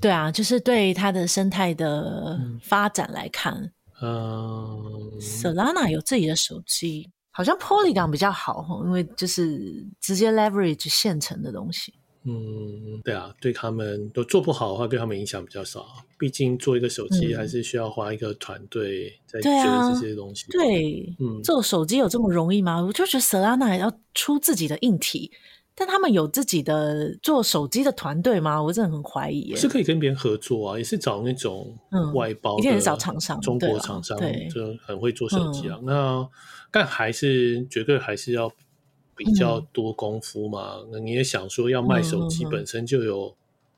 S1: 对啊，就是对它的生态的
S2: 嗯
S1: 发展来看、
S2: 嗯，
S1: s o l a n a 有自己的手机，好像 Polygon 比较好吼，因为就是直接 leverage 现成的东西。
S2: 嗯，对啊，对他们都做不好的话，对他们影响比较少。毕竟做一个手机，
S1: 嗯
S2: 还是需要花一个团队在
S1: 对
S2: 做
S1: 啊
S2: 这些东西。
S1: 对，
S2: 嗯
S1: 做手机有这么容易吗？我就觉得 Solana 要出自己的硬体，但他们有自己的做手机的团队吗？我真的很怀疑耶。
S2: 是可以跟别人合作啊，也是找那种
S1: 嗯
S2: 外包的，
S1: 一定是找厂商
S2: 中
S1: 对
S2: 国
S1: 啊
S2: 厂商
S1: 对嗯
S2: 就很会做手机啊。那但还是绝对还是要比较多功夫嘛。那你也想说要卖手
S1: 嗯
S2: 机
S1: 嗯嗯嗯
S2: 本身就有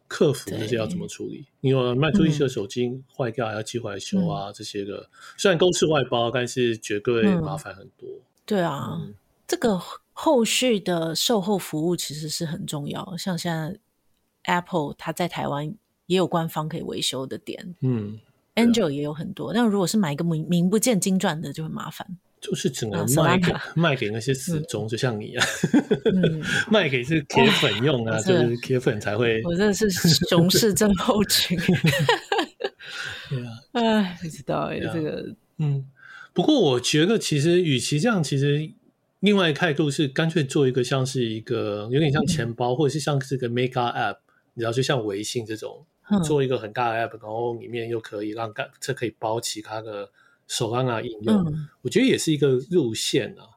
S2: 客服这些要怎么处理？你有卖出去
S1: 嗯
S2: 的手机坏掉还要寄回来修啊，这些个虽然都是外包，但是绝对麻烦很多。
S1: 对嗯啊，
S2: 嗯
S1: 这个后续的售后服务其实是很重要。像现在 Apple 它在台湾也有官方可以维修的点
S2: 嗯，
S1: a n g e l 也有很多。但如果是买一个名名不见经传的，就很麻 烦。
S2: 就是只
S1: 啊
S2: 能
S1: ，Solana
S2: 卖给卖给那些死忠，就像你啊。
S1: 嗯，
S2: 卖给是铁粉用啊，
S1: 我
S2: 就是是铁粉才会。
S1: 我真的是熊市症候群。
S2: 对啊，
S1: 哎，不知道哎、
S2: 对啊
S1: 这个
S2: 嗯。不过我觉得其实，与其这样，其实另外一个态度是干脆做一个像是一个有点像钱包，或者是像是个 mega app，你知道，就像微信这种，
S1: 嗯
S2: 做一个很大的 app，然后里面又可以让干这可以包其他的手上啊应用，
S1: 嗯
S2: 我觉得也是一个入线啊。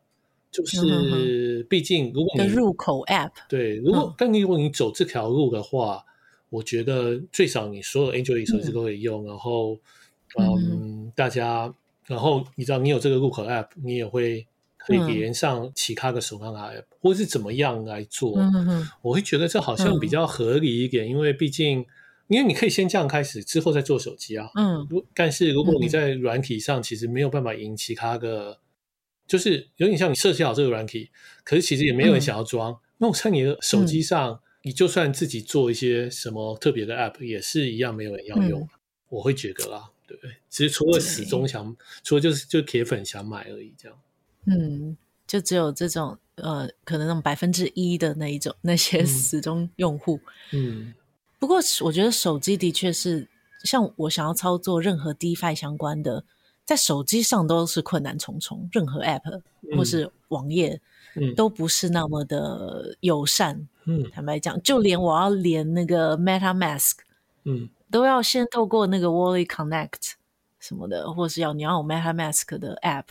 S2: 就
S1: 嗯哼
S2: 是毕竟如果
S1: 的
S2: 你
S1: 入口 App。
S2: 对，如果
S1: 嗯
S2: 但如果你走这条路的话，我觉得最少你所有 Android 手机
S1: 嗯
S2: 都可以用，然后嗯，大家，然后你知道你有这个入口 App，你也会可以连上其他的手上 app，或是怎么样来做，
S1: 嗯哼哼，
S2: 我会觉得这好像比较合理一点，因为毕竟，因为你可以先这样开始，之后再做手机啊。
S1: 嗯
S2: 如但是如果
S1: 嗯
S2: 你在软体上其实没有办法赢其他的，就是有点像你设计好这个软体，可是其实也
S1: 嗯
S2: 没有人想要装。那我在你的手机上，你就算自己做一些什么特别的 app，也是一样没有人要
S1: 嗯
S2: 用。我会觉得啦，对，只是除了始终想，除了就是就铁粉想买而已，这样。
S1: 嗯，就只有这种呃，可能那种百分之一的那一种那些
S2: 嗯
S1: 死忠用户。
S2: 嗯
S1: 不过是我觉得手机的确是，像我想要操作任何 DeFi 相关的，在手机上都是困难重重，任何 App 或是网页
S2: 嗯
S1: 都不是那么的友善。
S2: 嗯
S1: 坦白讲，就连我要连那个 MetaMask
S2: 嗯
S1: 都要先透过那个 Wallet Connect 什么的，或是要你要有 MetaMask 的 App，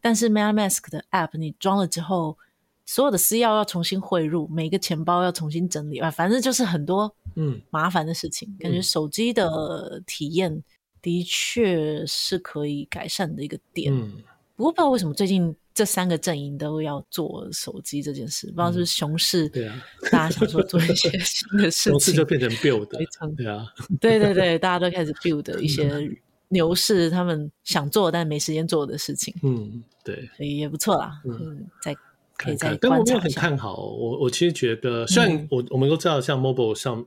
S1: 但是 MetaMask 的 App 你装了之后，所有的私钥要重新汇入，每个钱包要重新整理啊，反正就是很多
S2: 嗯
S1: 麻烦的事情。感觉
S2: 嗯
S1: 手机的体验的确是可以改善的一个点。
S2: 嗯，
S1: 不过不知道为什么最近这三个阵营都要做手机这件事，不知道是不是熊市，
S2: 对啊，
S1: 大家想说做一些新的事
S2: 公司
S1: 情，
S2: 就变成 build，
S1: 非常
S2: 对啊，
S1: 对对对，大家都开始 build
S2: 嗯
S1: 一些牛市他们想做但没时间做的事情，
S2: 嗯，对。
S1: 所以也不错啦。
S2: 嗯
S1: 嗯，再可以
S2: 看
S1: 再
S2: 看，但
S1: 观
S2: 我没有
S1: 察一
S2: 很
S1: 下。
S2: 看好哦。我我其实觉得，虽然
S1: 嗯
S2: 我我们都知道，像 mobile 上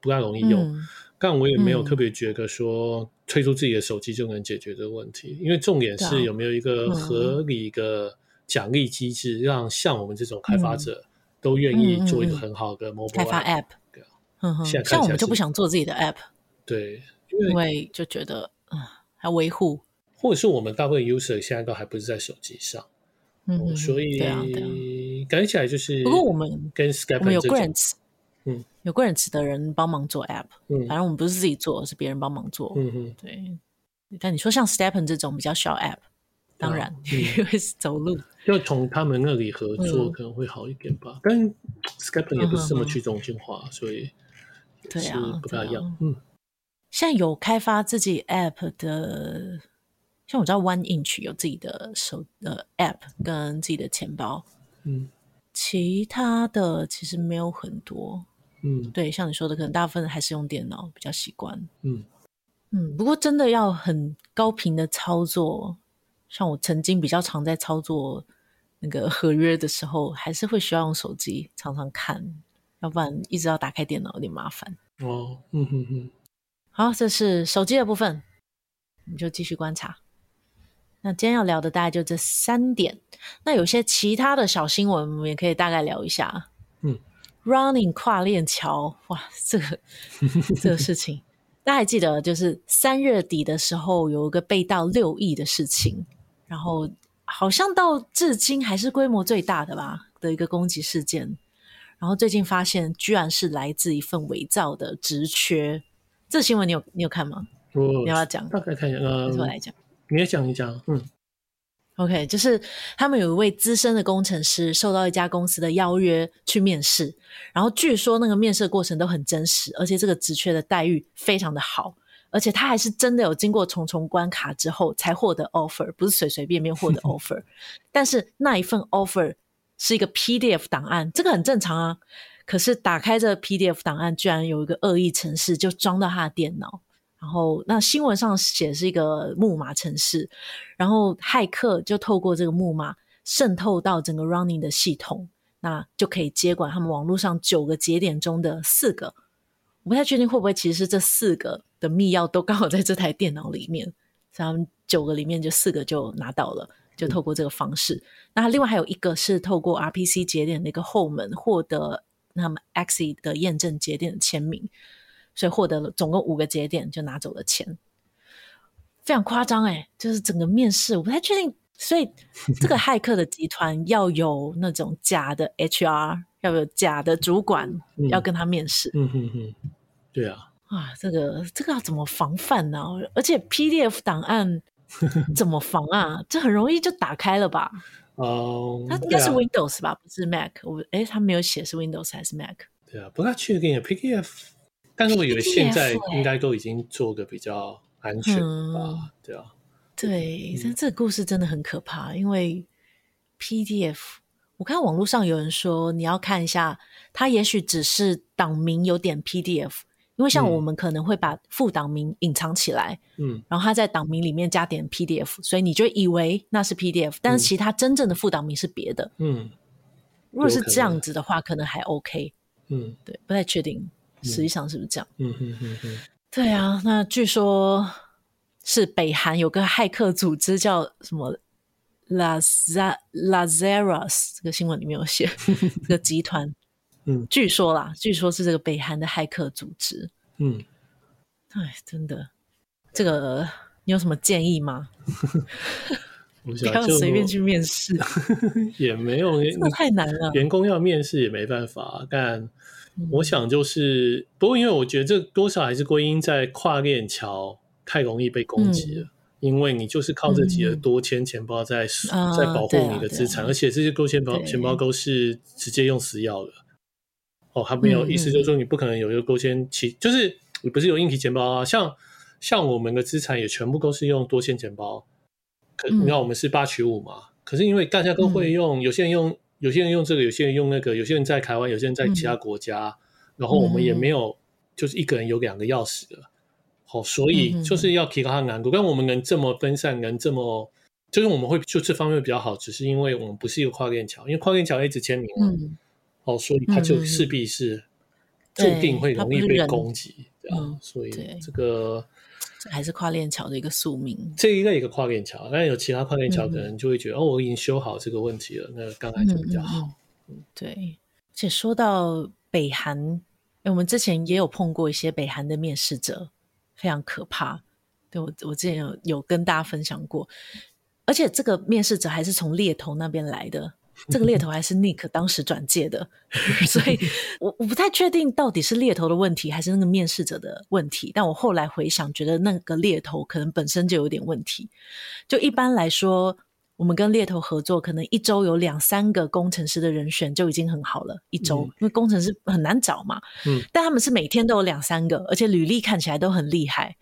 S2: 不太容易用，
S1: 嗯
S2: 但我也没有
S1: 嗯
S2: 特别觉得说推出自己的手机就能解决这个问题。因为重点
S1: 对啊
S2: 是有没有一个
S1: 嗯
S2: 合理的奖励机制，让像我们这种开发者都愿意
S1: 嗯嗯嗯
S2: 做一个
S1: 嗯
S2: 很好的 mobile
S1: 开发
S2: app
S1: app，
S2: 对啊
S1: 嗯哼，
S2: 现在看起来
S1: 像我们就是不想做自己的 app，
S2: 对，
S1: 因为就觉得啊，还维护，
S2: 或者是我们大部分 user 现在都还不是在手机上，
S1: 嗯哼，
S2: 哦所以
S1: 对啊对啊。
S2: 感觉起来就是。
S1: 不过我们我
S2: 跟
S1: 们
S2: Skype
S1: 有
S2: 这
S1: grants，
S2: 种，嗯，
S1: 有 grants 的人帮忙做 app，
S2: 嗯
S1: 反正我们不是自己做，是别人帮忙做，
S2: 嗯嗯，
S1: 对。但你说像 Stepen 这种比较小 app，当
S2: 啊
S1: 然、
S2: 嗯
S1: 因为是走路，
S2: 要从他们那里合作
S1: 嗯
S2: 可能会好一点吧，但 Skype 也不是这么去中心化，所以也
S1: 对
S2: 是
S1: 啊
S2: 不大
S1: 对
S2: 一
S1: 啊
S2: 样。嗯
S1: 现在有开发自己 App 的，像我知道 One Inch 有自己的手呃 App 跟自己的钱包，
S2: 嗯
S1: 其他的其实没有很多。
S2: 嗯
S1: 对，像你说的，可能大部分还是用电脑比较习惯。
S2: 嗯
S1: 嗯，不过真的要很高频的操作，像我曾经比较常在操作那个合约的时候，还是会需要用手机常常看，要不然一直要打开电脑有点麻烦。
S2: 哦嗯嗯嗯，
S1: 好，这是手机的部分，我们就继续观察。那今天要聊的大概就这三点。那有些其他的小新闻，我们也可以大概聊一下。啊
S2: 嗯
S1: ，Running 跨链桥，哇，这个这个事情，大家还记得，就是三月底的时候有一个被盗六亿的事情，然后好像到至今还是规模最大的吧的一个攻击事件。然后最近发现，居然是来自一份伪造的职缺。这新闻你有你有看吗？
S2: 我
S1: 你要不要讲？
S2: 大概看一下，
S1: 还
S2: 呃
S1: 是，我来讲？
S2: 你也讲一讲，嗯
S1: OK，就是他们有一位资深的工程师受到一家公司的邀约去面试，然后据说那个面试的过程都很真实，而且这个职缺的待遇非常的好，而且他还是真的有经过重重关卡之后才获得 offer，不是随随便便获得 offer。但是那一份 offer 是一个 PDF 档案，这个很正常啊。可是打开这个 PDF 档案，居然有一个恶意程式就装到他的电脑，然后那新闻上写是一个木马程式，然后骇客就透过这个木马渗透到整个 Running 的系统，那就可以接管他们网络上九个节点中的四个。我不太确定会不会其实是这四个的密钥都刚好在这台电脑里面，所以他们九个里面就四个就拿到了，就透过这个方式。那另外还有一个是透过 RPC 节点的一个后门获得他们 Axie E 的验证节点的签名，所以获得了总共五个节点就拿走了钱。非常夸张哎，就是整个面试我不太确定，所以这 个骇客的集团要有那种假的 HR，要有假的主管
S2: 嗯
S1: 要跟他面试
S2: 嗯嗯嗯，对啊，
S1: 啊，这个这个要怎么防范呢、啊而且 PDF 档 案怎么防啊？这很容易就打开了吧？
S2: 哦，
S1: 它应该是
S2: 对啊
S1: Windows 吧，不是 Mac 我。诶，他没有写是 Windows 还是 Mac。
S2: 对啊，不太确定 PKF，但是我以为
S1: PKF
S2: 现在
S1: 欸
S2: 应该都已经做的比较安全
S1: 嗯
S2: 吧，对啊，
S1: 对，但
S2: 嗯
S1: 这个故事真的很可怕，因为 PDF，我看网络上有人说你要看一下，它也许只是党名有点 PDF，因为像
S2: 嗯
S1: 我们可能会把副党名隐藏起来，
S2: 嗯
S1: 然后它在党名里面加点 PDF，所以你就以为那是 PDF，但是其他真正的副党名是别的。
S2: 嗯
S1: 如果是
S2: 有可能
S1: 这样子的话，可能还 OK。
S2: 嗯
S1: 对，不太确定实际上是不是这样。
S2: 嗯嗯嗯嗯，
S1: 对啊，那据说是北韩有个骇客组织叫什么 Laza Lazarus，这个新闻里面有 写这个集团。
S2: 嗯，
S1: 据说啦，据说是这个北韩的骇客组织。
S2: 嗯，
S1: 哎，真的，这个你有什么建议吗？
S2: 我
S1: 不
S2: 想
S1: 要
S2: 啊就
S1: 随便去面 试，
S2: 也没有，
S1: 真的太难了。
S2: 员工要面试也没办法，但
S1: 嗯
S2: 我想就是，不过因为我觉得这多少还是归因在跨链桥太容易被攻击了。因为你就是靠这几个
S1: 嗯
S2: 多签钱包在、
S1: 啊
S2: 在保护
S1: 对啊
S2: 你
S1: 对
S2: 的资
S1: 啊
S2: 产，而且这些勾钱包
S1: 对
S2: 钱包钩是直接用私钥的。哦，还没有
S1: 嗯
S2: 意思，
S1: 嗯
S2: 就是说你不可能有一个勾签其，就是你不是有硬体钱包啊，像像我们的资产也全部都是用多签钱包，可
S1: 嗯
S2: 你看我们是八取五嘛，可是因为大家都会用，有些人用有些人用这个，有些人用那个，有些人在台湾，有些人在
S1: 嗯
S2: 其他国家，然后我们也没有就是一个人有两个钥匙的，好，所
S1: 嗯
S2: 以就是要提高它的难度。但我们能这么分散，能这么就是我们会就这方面比较好，只是因为我们不是一个跨链桥，因为跨链桥要一直签名啊，
S1: 嗯
S2: 哦，所以它
S1: 嗯嗯
S2: 就
S1: 嗯
S2: 势必是注
S1: 对
S2: 定会
S1: 它
S2: 容
S1: 不
S2: 易
S1: 是
S2: 被
S1: 人
S2: 攻击，对啊
S1: 嗯，
S2: 所以
S1: 对
S2: 这个
S1: 这还是跨链桥的一个宿命。
S2: 这一类一个跨链桥，但有其他跨链桥
S1: 嗯
S2: 可能就会觉得、哦，我已经修好这个问题了，那刚才就比较好，
S1: 对，而且说到北韩，诶我们之前也有碰过一些北韩的面试者，非常可怕。对我，我之前有有跟大家分享过，而且这个面试者还是从猎头那边来的，这个猎头还是 Nick 当时转介的， 所以我我不太确定到底是猎头的问题还是那个面试者的问题。但我后来回想，觉得那个猎头可能本身就有点问题，就一般来说，我们跟猎头合作，可能一周有两三个工程师的人选就已经很好了。一周，
S2: 嗯
S1: 因为工程师很难找嘛。
S2: 嗯。
S1: 但他们是每天都有两三个，而且履历看起来都很厉害，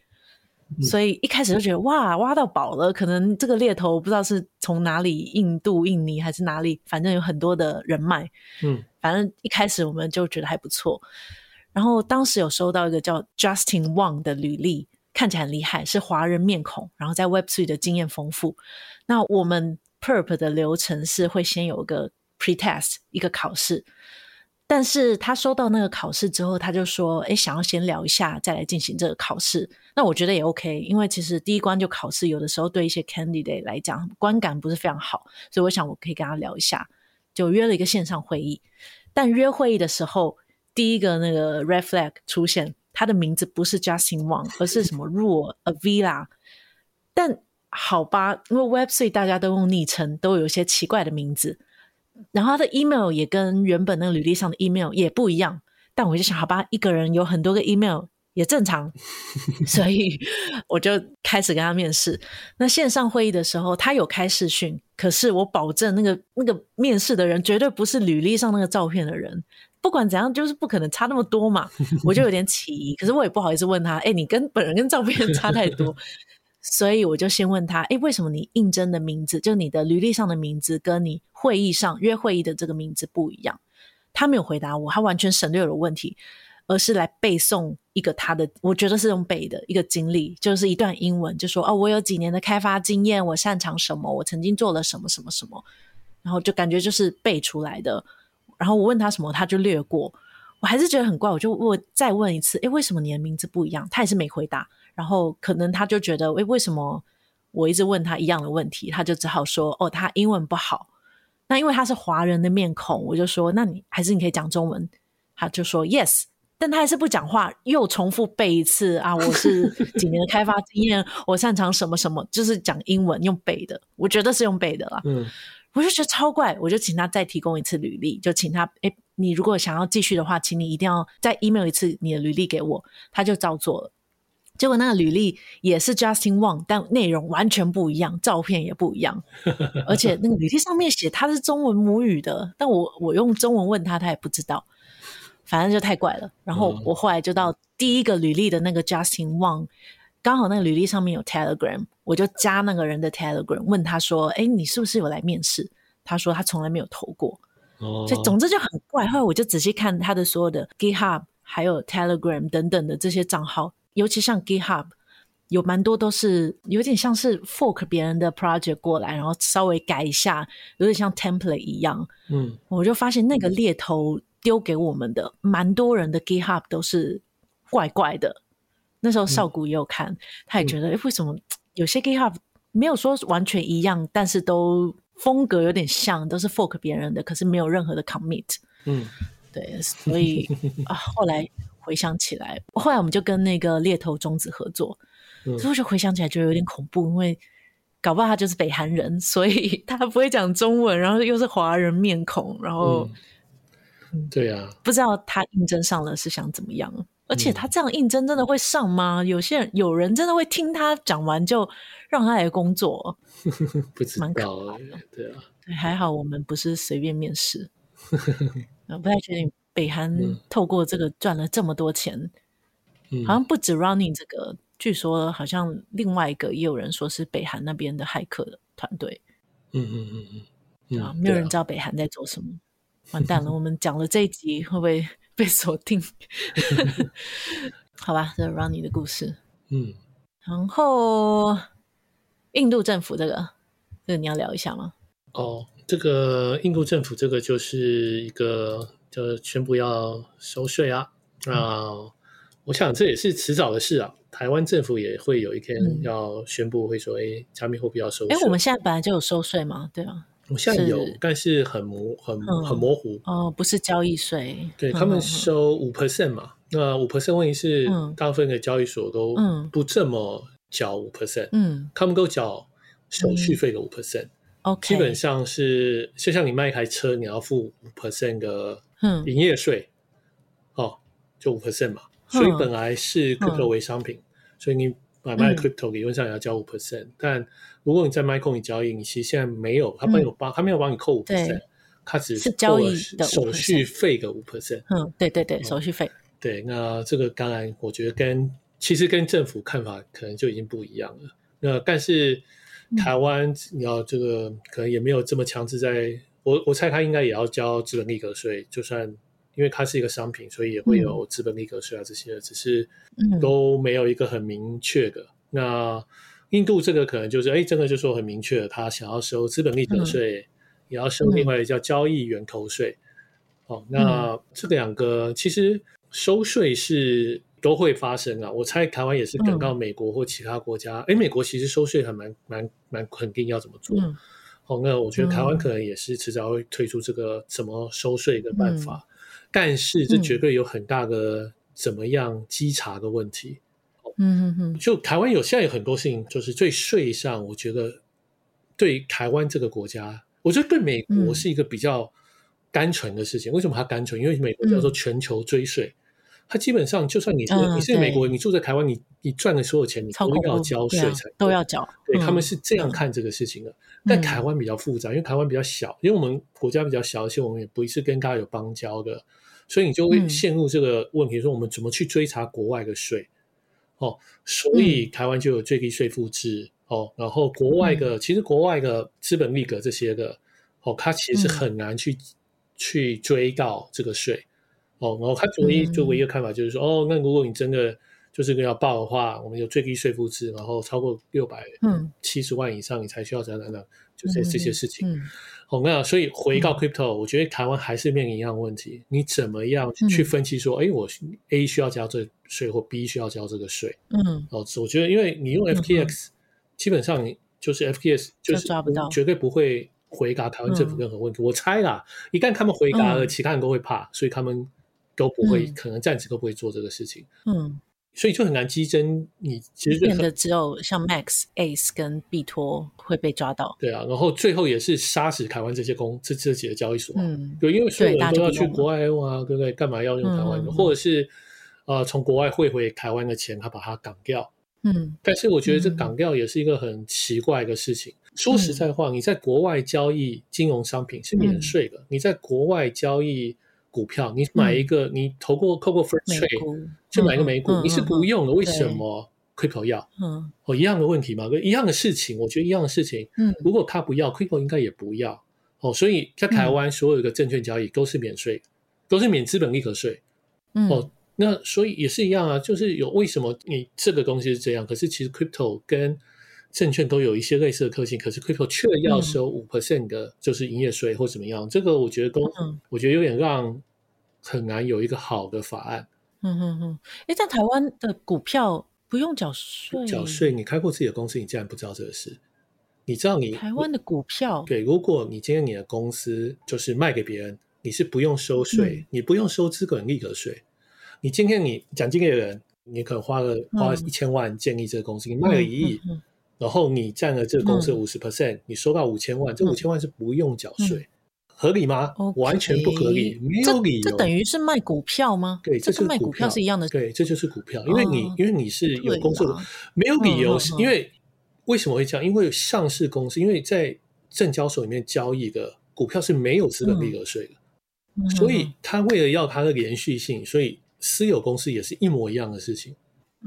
S2: 嗯
S1: 所以一开始就觉得哇，挖到宝了。可能这个猎头不知道是从哪里，印度、印尼还是哪里，反正有很多的人脉。
S2: 嗯
S1: 反正一开始我们就觉得还不错。然后当时有收到一个叫 Justin Wang 的履历，看起来很厉害，是华人面孔，然后在 Web Three 的经验丰富。那我们 Perp 的流程是会先有个 pretest 一个考试，但是他收到那个考试之后，他就说：“诶，想要先聊一下，再来进行这个考试。”那我觉得也 OK，因为其实第一关就考试，有的时候对一些 candidate 来讲观感不是非常好，所以我想我可以跟他聊一下，就约了一个线上会议。但约会议的时候，第一个那个 red flag 出现，他的名字不是 Justin Wang，而是什么 Rule Avila。但好吧，因为 Web Three 大家都用昵称，都有一些奇怪的名字，然后他的 email 也跟原本那个履历上的 email 也不一样。但我就想，好吧，一个人有很多个 email 也正常，所以我就开始跟他面试。那线上会议的时候，他有开视讯，可是我保证那个那个面试的人绝对不是履历上那个照片的人。不管怎样，就是不可能差那么多嘛，我就有点起疑。可是我也不好意思问他，哎、你跟本人跟照片差太多，所以我就先问他，哎、为什么你应征的名字，就你的履历上的名字，跟你会议上约会议的这个名字不一样？他没有回答我，他完全省略了问题，而是来背诵一个他的，我觉得是用背的一个经历，就是一段英文，就说哦，我有几年的开发经验，我擅长什么，我曾经做了什么什么什么，然后就感觉就是背出来的。然后我问他什么，他就略过，我还是觉得很怪，我就问再问一次，诶，为什么你的名字不一样？他也是没回答。然后可能他就觉得，诶，为什么我一直问他一样的问题，他就只好说，哦，他英文不好。那因为他是华人的面孔，我就说，那你还是你可以讲中文。他就说 yes，但他还是不讲话，又重复背一次啊，我是几年的开发经验，我擅长什么什么，就是讲英文用背的，我觉得是用背的啦。
S2: 嗯
S1: 我就觉得超怪，我就请他再提供一次履历，就请他，哎，你如果想要继续的话，请你一定要再 email 一次你的履历给我。他就照做了，结果那个履历也是 Justin Wang，但内容完全不一样，照片也不一样，而且那个履历上面写他是中文母语的，但我我用中文问他，他也不知道，反正就太怪了。然后
S2: 嗯
S1: 我后来就到第一个履历的那个 Justin Wang，刚好那个履历上面有 Telegram，我就加那个人的 Telegram，问他说：“哎，你是不是有来面试？”他说他从来没有投过，
S2: 哦，
S1: 所以总之就很怪。后来我就仔细看他的所有的 GitHub 还有 Telegram 等等的这些账号，尤其像 GitHub。有蛮多都是有点像是 fork 别人的 project 过来，然后稍微改一下，有点像 template 一样，
S2: 嗯
S1: 我就发现那个猎头丢给我们的蛮多人的 GitHub 都是怪怪的。那
S2: 嗯
S1: 时候少谷也有看，他也觉得，哎、为什么有些 GitHub 没有说完全一样，但是都风格有点像，都是 fork 别人的，可是没有任何的 commit。
S2: 嗯
S1: 对，所 以啊，后来回想起来，后来我们就跟那个猎头种子合作，
S2: 嗯
S1: 所以我就回想起来觉得有点恐怖，因为搞不好他就是北韩人，所以 他不会讲中文，然后又是华人面孔，然后
S2: 嗯，对啊，
S1: 不知道他应征上了是想怎么样。而且
S2: 嗯
S1: 他这样应征真的会上吗？有些人有人真的会听他讲完就让他来工作，
S2: 不知
S1: 蛮可
S2: 道欸，对啊，
S1: 对还好我们不是随便面 试。呃不太确定北韩
S2: 嗯
S1: 透过这个赚了这么多钱，
S2: 嗯
S1: 好像不止 Running 这个，据说好像另外一个也有人说是北韩那边的骇客的团队
S2: 嗯嗯嗯嗯嗯，
S1: 啊，没有
S2: 对
S1: 人知道北韩在做什 么。完蛋了，我们讲了这一集会不会 被锁定？好吧，这是 Running 的故事。
S2: 嗯，
S1: 然后印度政府这个，这个你要聊一下吗？
S2: 哦，这个印度政府这个就是一个就宣布要收税啊，那、
S1: 嗯
S2: 我想这也是迟早的事啊。台湾政府也会有一天
S1: 嗯
S2: 要宣布，会说，哎，加密货币要收税。
S1: 哎，我们现在本来就有收税嘛，对吧？
S2: 我现在有
S1: 是，
S2: 但是很模很
S1: 嗯
S2: 很模糊。
S1: 哦，不是交易税，
S2: 对
S1: 嗯
S2: 他
S1: 嗯
S2: 们
S1: 嗯
S2: 收五 percent 嘛，那五 percent 问题是
S1: 嗯
S2: 大部分的交易所都
S1: 嗯
S2: 不这么缴五 percent，
S1: 嗯
S2: 他们都缴手续费的五 percent。
S1: ，OK，
S2: 基本上是就像你卖一台车，你要付五 percent 的
S1: 嗯
S2: 营业税，哦，就五 percent 嘛。
S1: 嗯
S2: 所以本来是 crypto 为商品，所以你买
S1: 嗯
S2: 卖 crypto 理论上也要交五 percent，、但如果你在 m 空 c 交易，你其实现在没有，他没有帮，他没有帮你扣五
S1: 对
S2: percent，他只
S1: 是交易
S2: 扣了
S1: 的5%
S2: 手续费的五 percent。
S1: 嗯，对对对，手续费，
S2: 对，那这个当然，我觉得跟其实跟政府看法可能就已经不一样了。那但是台湾你要这个可能也没有这么强制在，我我猜他应该也要交资本利得税，就算因为它是一个商品，所以也会有资本利得税啊这些，只是
S1: 嗯
S2: 都没有一个很明确的。那印度这个可能就是哎，真的就说很明确了，他想要收资本利得税，
S1: 嗯
S2: 也要收另外一个叫交易源头税。哦，
S1: 嗯
S2: 那这两个其实收税是都会发生啊。我猜台湾也是等
S1: 嗯
S2: 到美国或其他国家，哎、美国其实收税还蛮蛮蛮肯定要怎么做。
S1: 嗯
S2: 哦，那我觉得台
S1: 嗯
S2: 湾可能也是迟早会推出这个怎么收税的办法，
S1: 嗯
S2: 但是这绝对有很大的怎么样稽查的问题。
S1: 嗯嗯嗯
S2: 就台湾有现在有很多事情，就是对税上，我觉得对台湾这个国家，我觉得对美国
S1: 嗯
S2: 是一个比较单纯的事情。为什么它单纯？因为美国叫做全球追税，它基本上就算你是、
S1: 嗯
S2: 你是美国人，你住在台湾，你你赚的所有钱，你
S1: 超
S2: 都
S1: 恐
S2: 要
S1: 怖，
S2: 交税
S1: 对啊
S2: 才
S1: 都
S2: 对
S1: 要缴。
S2: 对，
S1: 嗯
S2: 他们是这样看这个事情的。但台湾比较复杂，因为台湾比较小，因为我们国家比较小，而且我们也不是跟大家有邦交的，所以你就会
S1: 嗯
S2: 陷入这个问题：说我们怎么去追查国外的税？哦，所以
S1: 嗯
S2: 台湾就有最低税负制哦，然后国外的、其实国外的资本利得这些的哦，它其
S1: 嗯
S2: 实是很难去、去追到这个税哦，然后它唯一
S1: 嗯
S2: 就唯一的看法就是说，哦，那如果你真的就是要报的话，我们有最低税负制，然后超过六百
S1: 嗯
S2: 七十万以上，你才需要怎样怎样，就这这些事情。
S1: 嗯
S2: 哦，那所以回到 crypto，、我觉得台湾还是面临一样的问题，你怎么样去
S1: 嗯
S2: 分析说，哎、我 A 需要交这个税或 B 需要交这个税？
S1: 嗯
S2: 哦，我觉得因为你用 FTX，、基本上你就是 FTX 就是
S1: 抓不到
S2: 绝对不会回答台湾政府任何问题。我猜啦，一旦他们回答了，
S1: 嗯
S2: 其他人都会怕，所以他们都不会，
S1: 嗯
S2: 可能暂时都不会做这个事情，
S1: 嗯，
S2: 所以就很难激增你其实就
S1: 变
S2: 很
S1: 得只有像 Max、Ace 跟币托会被抓到。
S2: 对啊，然后最后也是杀死台湾这些公这这几个交易所啊、
S1: 嗯
S2: 对，因为所有
S1: 对大
S2: 人
S1: 家
S2: 都
S1: 就不
S2: 要去
S1: 用了
S2: 国外用啊，对不对？干嘛要用台湾的？
S1: 嗯嗯嗯
S2: 或者是呃，从国外汇回台湾的钱，他把它港掉。
S1: 嗯
S2: 但是我觉得这
S1: 嗯
S2: 港掉也是一个很奇怪的事情。说实在话，你在国外交易金融商品是
S1: 嗯
S2: 免税的，你在国外交易股票，你买一个，你投过透过 First
S1: 嗯美
S2: Trade
S1: 股
S2: 去买一个美
S1: 嗯
S2: 股，
S1: 嗯
S2: 你是不用的，为
S1: 对
S2: 什么 Crypto 要？
S1: 嗯
S2: 哦，一样的问题嘛，一样的事情，我觉得一样的事情，
S1: 嗯
S2: 如果他不要，Crypto 应该也不要。哦，所以在
S1: 嗯
S2: 台湾所有的证券交易都是免税，都是免资本利得税。
S1: 嗯
S2: 哦，那所以也是一样啊，就是有为什么你这个东西是这样，可是其实 crypto 跟证券都有一些类似的特性，可是 crypto 却
S1: 嗯
S2: 要收五 percent 的，就是营业税或怎么样，这个我觉得公
S1: 嗯，
S2: 我觉得有点让很难有一个好的法案。
S1: 嗯嗯嗯，哎，在台湾的股票不用缴税，
S2: 缴税，你开过自己的公司，你竟然不知道这个事？你知道你
S1: 台湾的股票，
S2: 对，如果你今天你的公司就是卖给别人，你是不用
S1: 嗯
S2: 收税，你不用收资本利得税。你今天你讲经理人，你可能花了花
S1: 嗯
S2: 一千万建立这个公司，你卖了
S1: 嗯
S2: 一亿，
S1: 嗯嗯
S2: 然后你占了这个公司五十 percent，你收到五千万，这
S1: 嗯
S2: 五千万是不用缴税，合理吗
S1: OK
S2: 完全不合理，没有理由。
S1: 嗯这这等于是卖股票吗？
S2: 对，
S1: 这
S2: 这
S1: 跟
S2: 就是
S1: 卖股票是一样的。
S2: 对，这就是股票，因为你、
S1: 哦
S2: 因为你是有
S1: 对
S2: 工作的
S1: 啦，
S2: 没有理由
S1: 嗯
S2: 是
S1: 嗯嗯
S2: 因为为什么会这样？因为上市公司，因为在证交所里面交易的股票是没有资本利得税的，
S1: 嗯
S2: 所以他为了要它的连续性，所以私有公司也是一模一样的事情。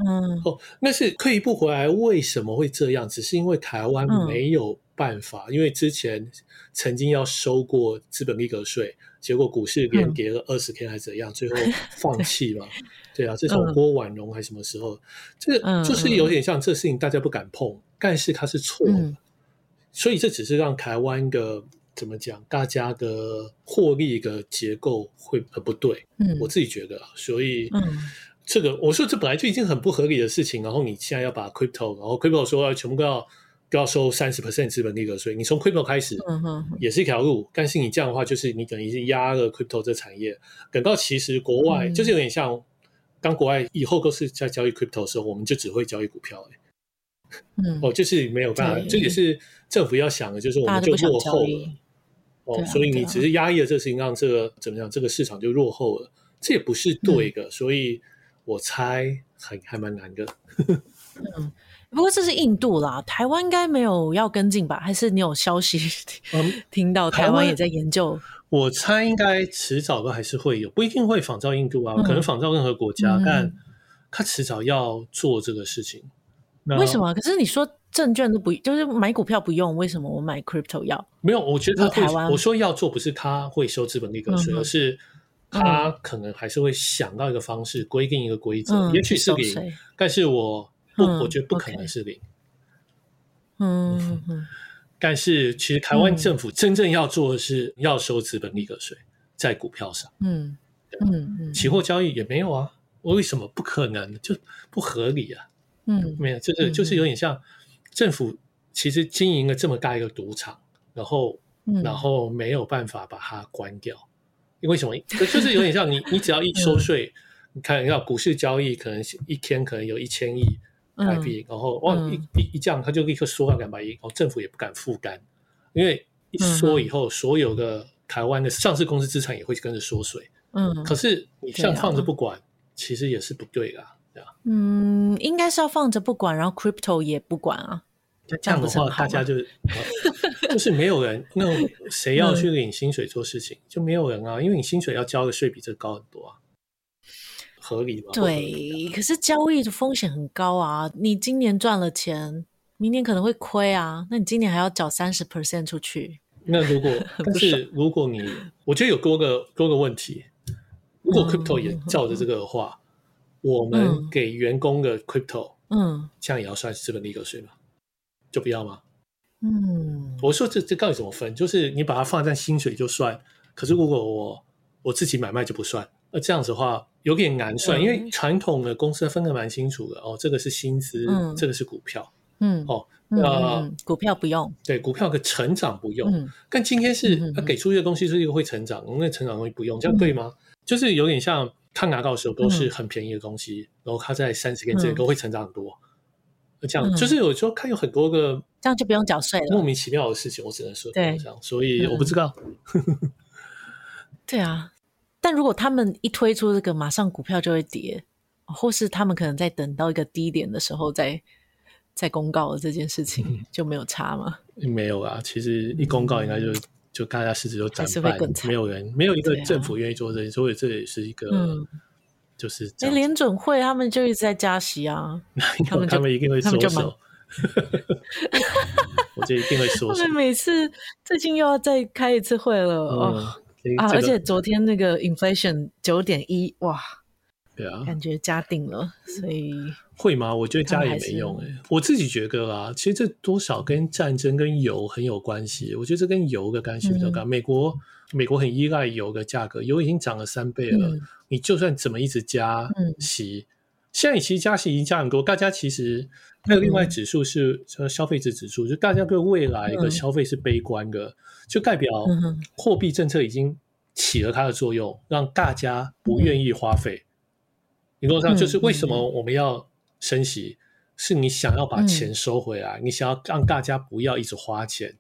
S1: 嗯
S2: 哦，那是退一步回来，为什么会这样？只是因为台湾
S1: 嗯
S2: 没有办法，因为之前曾经要收过资本利得税，结果股市连
S1: 嗯
S2: 跌了二十天还是怎样， 最后放弃嘛。对啊，这从
S1: 嗯
S2: 郭婉容还是什么时候？这
S1: 嗯
S2: 个就是有点像这事情大家不敢碰，但是它是错的，
S1: 嗯
S2: 所以这只是让台湾的怎么讲，大家的获利的结构会很不对。
S1: 嗯
S2: 我自己觉得啊，所以
S1: 嗯
S2: 这个我说这本来就已经很不合理的事情，然后你现在要把 crypto，然后 crypto 说哎要全部都要都要收三十 percent 资本利得税，你从 crypto 开始
S1: 嗯嗯
S2: 也是一条路，但是你这样的话，就是你等于是压了 crypto 这产业，等到其实国外
S1: 嗯
S2: 就是有点像。当国外以后都是在交易 crypto 的时候，我们就只会交易股票、欸
S1: 嗯，
S2: 哦，就是没有办法，
S1: 对
S2: 这也是政府要想的，就是我
S1: 大
S2: 们
S1: 家都不想
S2: 落
S1: 交
S2: 后
S1: 易
S2: 了，哦
S1: 对，啊
S2: 所以
S1: 对
S2: 你
S1: 啊
S2: 只是压抑了这个事情，让这个怎么样，这个市场就落后了，这也不
S1: 嗯
S2: 是对的，所以我猜还还蛮难的。
S1: 不过这是印度啦，台湾应该没有要跟进吧？还是你有消息
S2: 嗯，
S1: 听到台
S2: 台
S1: 湾
S2: 湾
S1: 也在研究？
S2: 我猜应该迟早都还是会有，不一定会仿照印度啊，
S1: 嗯
S2: 可能仿照任何国家，
S1: 嗯
S2: 但他迟早要做这个事情。那
S1: 为什？么？可是你说证券都不，就是买股票不用，为什么我买 crypto 要？
S2: 没有，我觉得
S1: 你说
S2: 他
S1: 呃台湾
S2: 会，我说要做不是他会收资本利得税，
S1: 嗯哼
S2: 而是他可能还是会想到一个方式，规定一个规则，
S1: 嗯，
S2: 也许是
S1: 收
S2: 零，
S1: 税
S2: 但是我不，
S1: 嗯
S2: 我觉得不可
S1: OK
S2: 能是零。
S1: 嗯嗯嗯
S2: 但是其实台
S1: 嗯
S2: 湾政府真正要做的是要收资本利得税在股票上，
S1: 嗯嗯嗯，
S2: 期货交易也没有啊，为什么不可能？就不合理啊！
S1: 嗯
S2: 没有，就是就是有点像政府其实经营了这么大一个赌场，然后
S1: 嗯，
S2: 然后没有办法把它关掉，因为什么？就是有点像你，你只要一收
S1: 嗯
S2: 税，你看要股市交易，可能是一天可能有一千亿台币，然后哇一
S1: 嗯
S2: 一一降，它就立刻缩到两百亿，然后哦政府也不敢负担，因为一
S1: 嗯
S2: 缩以后，所有的台湾的上市公司资产也会跟着缩水。
S1: 嗯
S2: 可是你这样
S1: 对啊
S2: 放着不管，其实也是不对啦。对啊
S1: 嗯，应该是要放着不管，然后 crypto 也不管啊。
S2: 那
S1: 这
S2: 这
S1: 样
S2: 样
S1: 不
S2: 的
S1: 是很
S2: 话，
S1: 好
S2: 大
S1: 吗
S2: 家就呃就是 没有人，那种谁
S1: 嗯
S2: 要去领薪水做事情，就没有人啊，因为你薪水要交的税比这高很多啊，合理吗？不合理啊，
S1: 对，可是交易的风险很高啊！你今年赚了钱，明年可能会亏啊，那你今年还要缴三十 percent 出去。
S2: 那如果
S1: 很不
S2: 但是如果你，我觉得有多个多个问题，如果
S1: 嗯
S2: crypto 也照着这个的话，我们
S1: 嗯
S2: 给员工的 crypto
S1: 嗯
S2: 这样也要算资本利得税吗？就不要吗？
S1: 嗯
S2: 我说这这到底怎么分？就是你把它放在薪水就算，可是如果我我自己买卖就不算。那这样子的话有点难算，
S1: 嗯
S2: 因为传统的公司分得蛮清楚的哦，这个是薪资，
S1: 嗯
S2: 这个是股票。
S1: 嗯
S2: 哦
S1: 嗯
S2: 那
S1: 嗯嗯股票不用。
S2: 对，股票的成长不用，
S1: 嗯
S2: 但今天是
S1: 嗯嗯嗯
S2: 他给出一个东西是一个会成长，那成长东西不用，这样对吗？就是有点像他拿到的时候都是很便宜的东西，然后他在三十天之内
S1: 嗯
S2: 都会成长很多。那这样
S1: 嗯
S2: 就是有时候看有很多个
S1: 这样就不用缴税了。
S2: 莫名其妙的事情，我只能说
S1: 对嗯
S2: 这样，所以我不知道。
S1: 对啊，但如果他们一推出这个，马上股票就会跌，或是他们可能在等到一个低点的时候再再公告了这件事
S2: 嗯
S1: 情，就没有差嘛。
S2: 没有啊，其实一公告应该就就大家市值就
S1: 嗯还
S2: 涨
S1: 是会
S2: 半
S1: 更，惨
S2: 没有人没有一个
S1: 对啊
S2: 政府愿意做这些，所以这也是一个、
S1: 嗯
S2: 呃就是
S1: 那
S2: 这样子，
S1: 联准会他们就一直在加息啊，
S2: 哪有
S1: 他们就
S2: 他们一定会
S1: 他们
S2: 收
S1: 就忙
S2: 手， 我就一定会说什
S1: 他们
S2: 么。
S1: 每次最近又要再开一次会了、
S2: 嗯
S1: 哦，
S2: 这
S1: 啊！
S2: 这
S1: 而
S2: 个
S1: 且昨天那个 inflation 九点一，哇，
S2: 对啊，
S1: 感觉加定了，所以
S2: 会吗？我觉得加
S1: 他
S2: 也
S1: 们还
S2: 没
S1: 是
S2: 用诶、我自己觉得啊，其实这多少跟战争跟油很有关系。我觉得这跟油的关系比较
S1: 嗯
S2: 高。美国美国很依赖油的价格，油已经涨了三倍了。
S1: 嗯
S2: 你就算怎么一直加
S1: 嗯
S2: 息，现在其实加息已经加很多，大家其实还有另外
S1: 嗯
S2: 指数是呃消费者指数，就大家对未来的
S1: 嗯
S2: 消费是悲观的，就代表
S1: 嗯哼
S2: 货币政策已经起了它的作用，让大家不愿意花费。理论上就是
S1: 嗯嗯
S2: 为什么我们要升息，是你想要把钱收回来，你想要让大家不要一直花钱。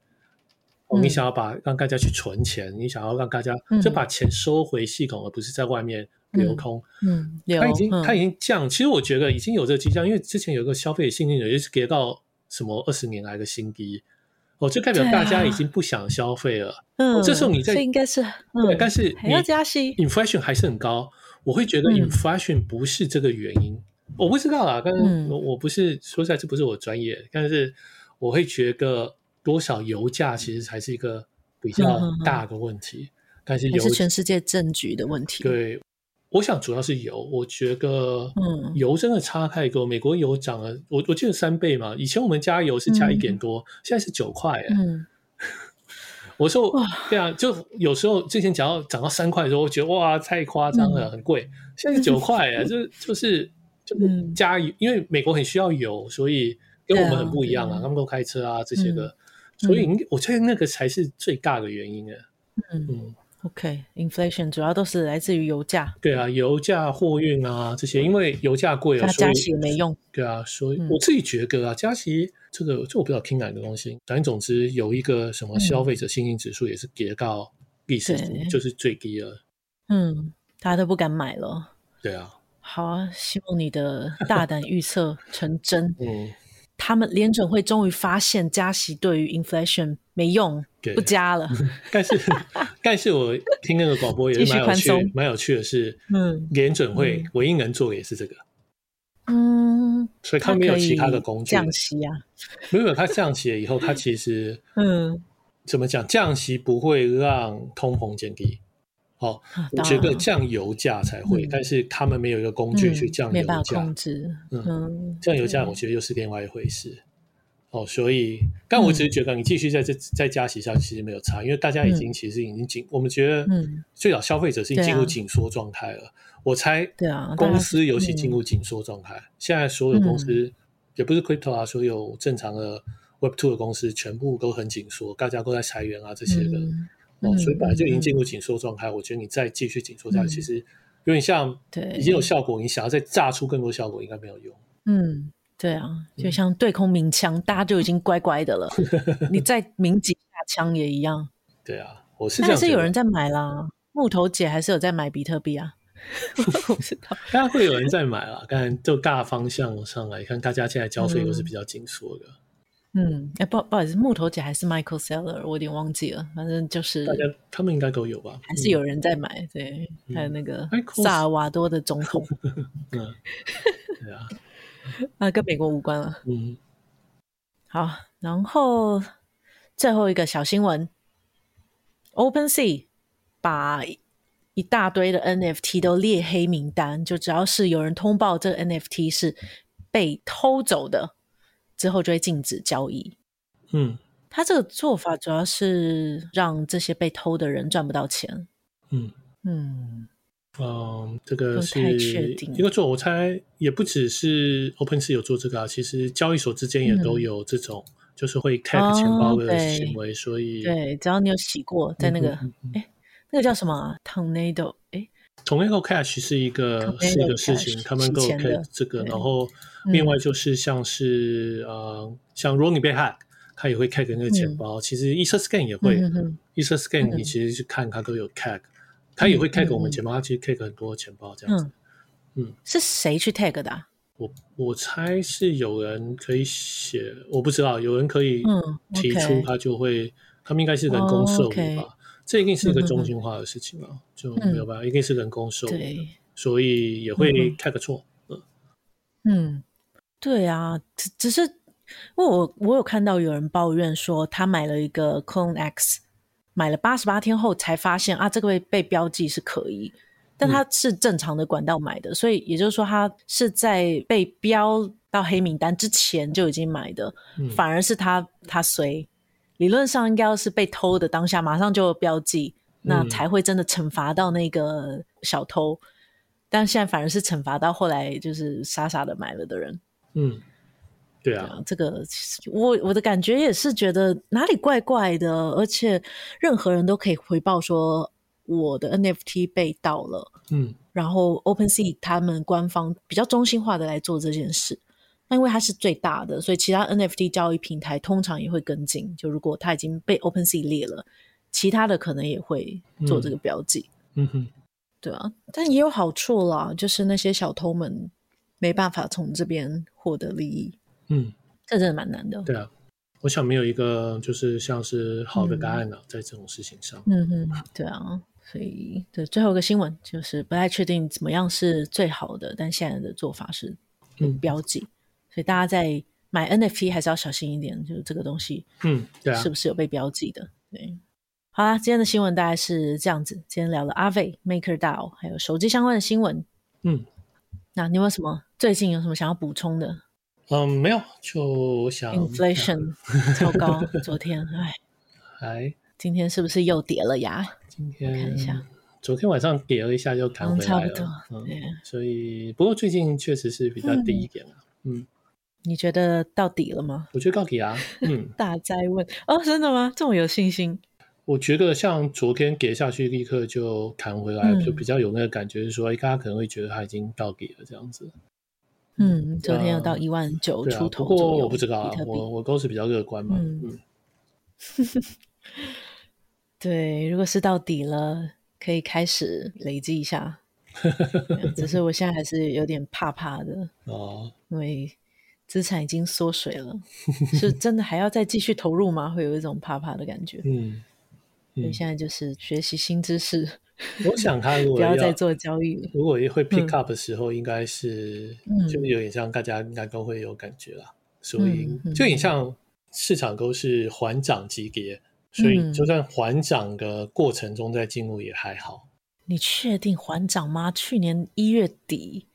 S2: 哦，
S1: 嗯
S2: 你想要把让大家去存钱，你想要让大家
S1: 嗯
S2: 就把钱收回系统，而不是在外面流空。
S1: 嗯，有
S2: 它已经
S1: 嗯
S2: 它已经降，其实我觉得已经有这个迹象，因为之前有个消费信心也是跌到什么二十年来的新低，哦，就代表
S1: 对啊
S2: 大家已经不想消费了。
S1: 嗯，
S2: 哦这时候你在
S1: 这应该是嗯
S2: 对，但是
S1: 还
S2: 你
S1: 要加息，
S2: inflation 还是很高，我会觉得
S1: 嗯
S2: inflation 不是这个原因，我不知道啦，但
S1: 嗯
S2: 是我我不是说实在这不是我专业，但是我会觉得多少油价其实才是一个比较
S1: 嗯嗯嗯
S2: 大的问题，但是
S1: 还
S2: 油
S1: 是全世界政局的问题？，
S2: 对，我想主要是油，我觉得
S1: 嗯
S2: 油真的差太多，美国油涨了，我我记得三倍嘛，以前我们加油是加一点多，现在是九块、欸，
S1: 嗯
S2: 我说
S1: 哇
S2: 对啊，就有时候之前讲到涨到三块的时候，我觉得哇太夸张
S1: 嗯
S2: 了，很贵。现在九块 啊，就是就是就是
S1: 嗯
S2: 加油，因为美国很需要油，所以跟我们很不一样
S1: 对
S2: 啊，
S1: 啊
S2: 他们都开车啊这些个，所以我觉得那个才是最大的原因啊。
S1: 嗯
S2: 嗯，
S1: ，OK，inflation 主要都是来自于油价，
S2: 对啊，油价、货运啊这些，因为油价贵
S1: 加
S2: 了，所
S1: 加
S2: 以
S1: 息也没用。
S2: 对啊，所以
S1: 嗯
S2: 我自己觉得啊，加息这个这我不知道听哪个东西，反正总之有一个什么
S1: 嗯
S2: 消费者信心指数也是跌到历史
S1: 对
S2: 就是最低了。
S1: 嗯，大家都不敢买了。
S2: 对啊，
S1: 好啊，希望你 的大胆预测成真。
S2: 嗯，
S1: 他们联准会终于发现加息对于 inflation 没用，
S2: 对
S1: 不加 了。
S2: 但是但是我听那个广播也
S1: 继续
S2: 是蛮有
S1: 宽
S2: 趣
S1: 松，
S2: 蛮有趣的是，
S1: 嗯
S2: 联准会
S1: 嗯
S2: 唯一能做的也是这个，
S1: 嗯，
S2: 所以
S1: 它
S2: 他没有
S1: 可以
S2: 其他的工具。
S1: 降息啊。
S2: 没有，他降息了以后，他其实
S1: 嗯，
S2: 怎么讲，降息不会让通膨减低。哦，
S1: 啊
S2: 我
S1: 当
S2: 觉得
S1: 然
S2: 降油价才会，
S1: 嗯
S2: 但是他们没有一个工具去降
S1: 嗯、没
S2: 油
S1: 办法
S2: 价
S1: 控。制。
S2: 嗯
S1: 嗯，
S2: 降油价，我觉得又是另外一回事。哦，所以，但我只是
S1: 嗯
S2: 觉得你继续在这再加息上，其实没有差，因为大家已经其实已经紧，我们觉得
S1: 嗯
S2: 最早消费者是已经进入
S1: 对啊
S2: 紧缩状态了。我猜
S1: 对啊，大家嗯
S2: 公司尤其进入紧缩状态，现在所有公司也不是 crypto 啊，所有正常的 Web Two 的公司全部都很紧缩，大家都在裁员啊这些的。
S1: 嗯
S2: 哦，
S1: 嗯
S2: 所以本来就已经进
S1: 嗯
S2: 入紧缩状态，我觉得你再继续紧缩下
S1: 嗯
S2: 去，其实有点像
S1: 对
S2: 已经有效果，你想要再炸出更多效果，应该没有用。
S1: 嗯，对啊，就像对空鸣枪，大家就已经乖乖 的了，你再鸣几下枪也一样。
S2: 对啊，我是
S1: 那还
S2: 这样
S1: 是
S2: 觉
S1: 有
S2: 得
S1: 人在买啦，木头姐还是有在买比特币 啊。我不知道，
S2: 当然会有人在买啦。当然，就大方向上来看，大家现在交税都是比较紧缩的，
S1: 嗯，哎、不不好意思，木头姐还是 Michael Seller，我有点忘记了，反正就是
S2: 大家他们应该都有吧？
S1: 嗯还是有人在买，对，还有那个
S2: Michael
S1: 萨尔瓦多的总 统，
S2: 嗯，嗯，对啊，
S1: 那、跟美国无关了。
S2: 嗯，
S1: 好，然后最后一个小新闻，OpenSea 把一大堆的 NFT 都列黑名单，就只要是有人通报这个 NFT 是被偷走的，之后就会禁止交易。
S2: 嗯
S1: 他这个做法主要是让这些被偷的人赚不到钱。
S2: 嗯
S1: 嗯
S2: 嗯，这个
S1: 不
S2: 是
S1: 太确定
S2: 一个做，我猜也不只是 OpenSea 有做这个啊，其实交易所之间也都
S1: 嗯
S2: 有这种，就是会 tag
S1: 哦
S2: 钱包的
S1: 对
S2: 行为，所以
S1: 对，只要你有洗过，在那个、
S2: 嗯嗯嗯
S1: 那个叫什么啊 Tornado，哎，
S2: Tornado Cash 是一个
S1: Tornado
S2: 是一个事情
S1: Cash，
S2: 他们都
S1: 洗
S2: 有
S1: 钱的
S2: cash 这个，
S1: 对
S2: 然后
S1: 嗯
S2: 另外就是像是、呃，像如果你被 hack，它也会 hack 那个钱包。其实 EtherScan 也会、
S1: 嗯嗯
S2: EtherScan 你
S1: 嗯
S2: 其实去看它都有 hack，它也会 hack
S1: 嗯
S2: 我们
S1: 嗯
S2: 钱包，它其实 hack 很多钱包这样子。
S1: 嗯
S2: 嗯
S1: 是谁去 tag 的、啊？
S2: 我我猜是有人可以写，我不知道有人可以
S1: 嗯
S2: 提
S1: ，OK
S2: 出，他就会，他们应该是人工
S1: 哦
S2: 授予吧。
S1: ，OK
S2: 这一定是一个
S1: 嗯嗯嗯嗯
S2: 中心化的事情啊，就没有办法，一定是人工授予的。
S1: 对。
S2: 所以也会
S1: 嗯
S2: tag 错。嗯
S1: Hmm. 嗯，对啊，只只是因为我我有看到有人抱怨说，他买了一个 Clone X，买了八十八天后才发现啊，这个被被标记是可以，但
S2: 嗯
S1: 他是正常的管道买的，所以也就是说他是在被标到黑名单之前就已经买的，
S2: 嗯
S1: 反而是他他随，理论上应该要是被偷的当下马上就标记，那
S2: 嗯
S1: 才会真的惩罚到那个小偷，但现在反而是惩罚到后来就是傻傻的买了的人。
S2: 嗯，对
S1: 对
S2: 啊，
S1: 啊，这个我我的感觉也是觉得哪里怪怪的，而且任何人都可以回报说我的 NFT 被盗了，
S2: 嗯
S1: 然后 OpenSea 他们官方比较中心化的来做这件事。那因为它是最大的，所以其他 NFT 交易平台通常也会跟进。就如果它已经被 OpenSea 列了，其他的可能也会做这个标记。
S2: 嗯哼，
S1: 对啊，但也有好处啦，就是那些小偷们没办法从这边获得利益，
S2: 嗯，
S1: 这真的蛮难的。
S2: 对啊，我想没有一个就是像是好的答案了、在这种事情上。
S1: 嗯哼，对啊，所以对最后一个新闻就是不太确定怎么样是最好的，但现在的做法是
S2: 嗯
S1: 标记，所以大家在买 NFT 还是要小心一点，就是这个东西
S2: 嗯，对啊
S1: 是，不是有被标记的？对，好啦，今天的新闻大概是这样子，今天聊了阿伟 Maker DAO 还有手机相关的新闻。
S2: 嗯
S1: 那你有没有什么最近有什么想要补充的
S2: 嗯，没有，就啊我想
S1: ？Inflation 超高，昨天哎，
S2: 哎，
S1: 今天是不是又跌了呀？
S2: 今天
S1: 看一下，
S2: 昨天晚上跌了一下，又弹
S1: 嗯
S2: 回来
S1: 差
S2: 了。
S1: 不多对啊
S2: 嗯，所以不过最近确实是比较低一点了、嗯，
S1: 你觉得到底了吗？
S2: 我觉得高 铁啊，嗯，
S1: 大灾问哦，真的吗？这么有信心？
S2: 我觉得像昨天跌下去，立刻就弹回来，
S1: 嗯
S2: 就比较有那个感觉，是说，哎，大家可能会觉得它已经到底了这样子。
S1: 嗯，昨天有到
S2: 呃
S1: 一万九
S2: 对啊，
S1: 出
S2: 不
S1: 头
S2: 过
S1: 左右，
S2: 我不知道啊
S1: 比特，币
S2: 我我都是比较乐观嘛。
S1: 嗯
S2: 嗯
S1: 对，如果是到底了，可以开始累积一 下。对啊只是我现在还是有点怕怕的，
S2: 哦，
S1: 因为资产已经缩水 了，是真的还要再继续投入吗？会有一种怕怕的感觉。
S2: 嗯
S1: 所以
S2: 嗯，
S1: 现在就是学习新知识，
S2: 我想它如
S1: 不
S2: 果
S1: 要再做交易了。
S2: 如果会 pick up 的时候，应该是、
S1: 嗯
S2: 就是有点像大家应该都会有感觉啦，所以
S1: 嗯嗯
S2: 就有点像市场都是缓涨急跌，所以
S1: 嗯
S2: 就算缓涨的过程中再进入也还好。
S1: 你确定还涨吗？去年一月底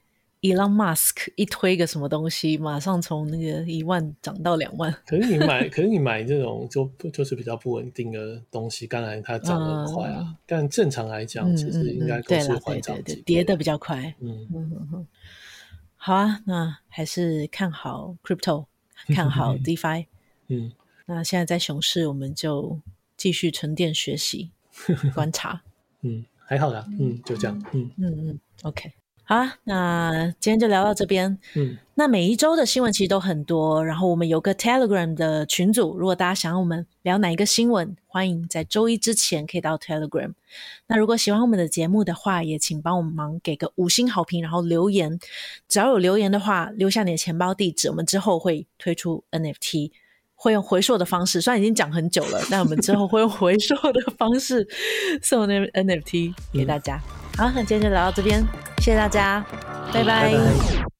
S1: ，Elon Musk 一推个什么东西，马上从那个一万涨到两万。
S2: 可是你买， 可是你买这种就不就是比较不稳定的东西，当然它涨得很快啊。但正常来讲，
S1: 嗯
S2: 其实应该
S1: 嗯嗯
S2: 都
S1: 对
S2: 是
S1: 啦，对
S2: 缓
S1: 对
S2: 涨
S1: 对
S2: 急，
S1: 跌的比较快。
S2: 嗯
S1: 嗯哼哼，好啊，那还是看好 crypto，看好 DeFi。
S2: 嗯，
S1: 那现在在熊市，我们就继续沉淀学习、观 察。
S2: 嗯，还好啦，嗯，就这样，嗯
S1: 嗯嗯，OK，好啊，那今天就聊到这边。
S2: 嗯
S1: 那每一周的新闻其实都很多，然后我们有个 Telegram 的群组，如果大家想要我们聊哪一个新闻，欢迎在周一之前可以到 Telegram。那如果喜欢我们的节目的话，也请帮我们忙给个五星好评，然后留言。只要有留言的话，留下你的钱包地址，我们之后会推出 NFT。会用回溯的方式，虽然已经讲很久了，但我们之后会用回溯的方式送那 NFT 给大家。好，那今天就聊到这边，谢谢大家，拜
S2: 拜拜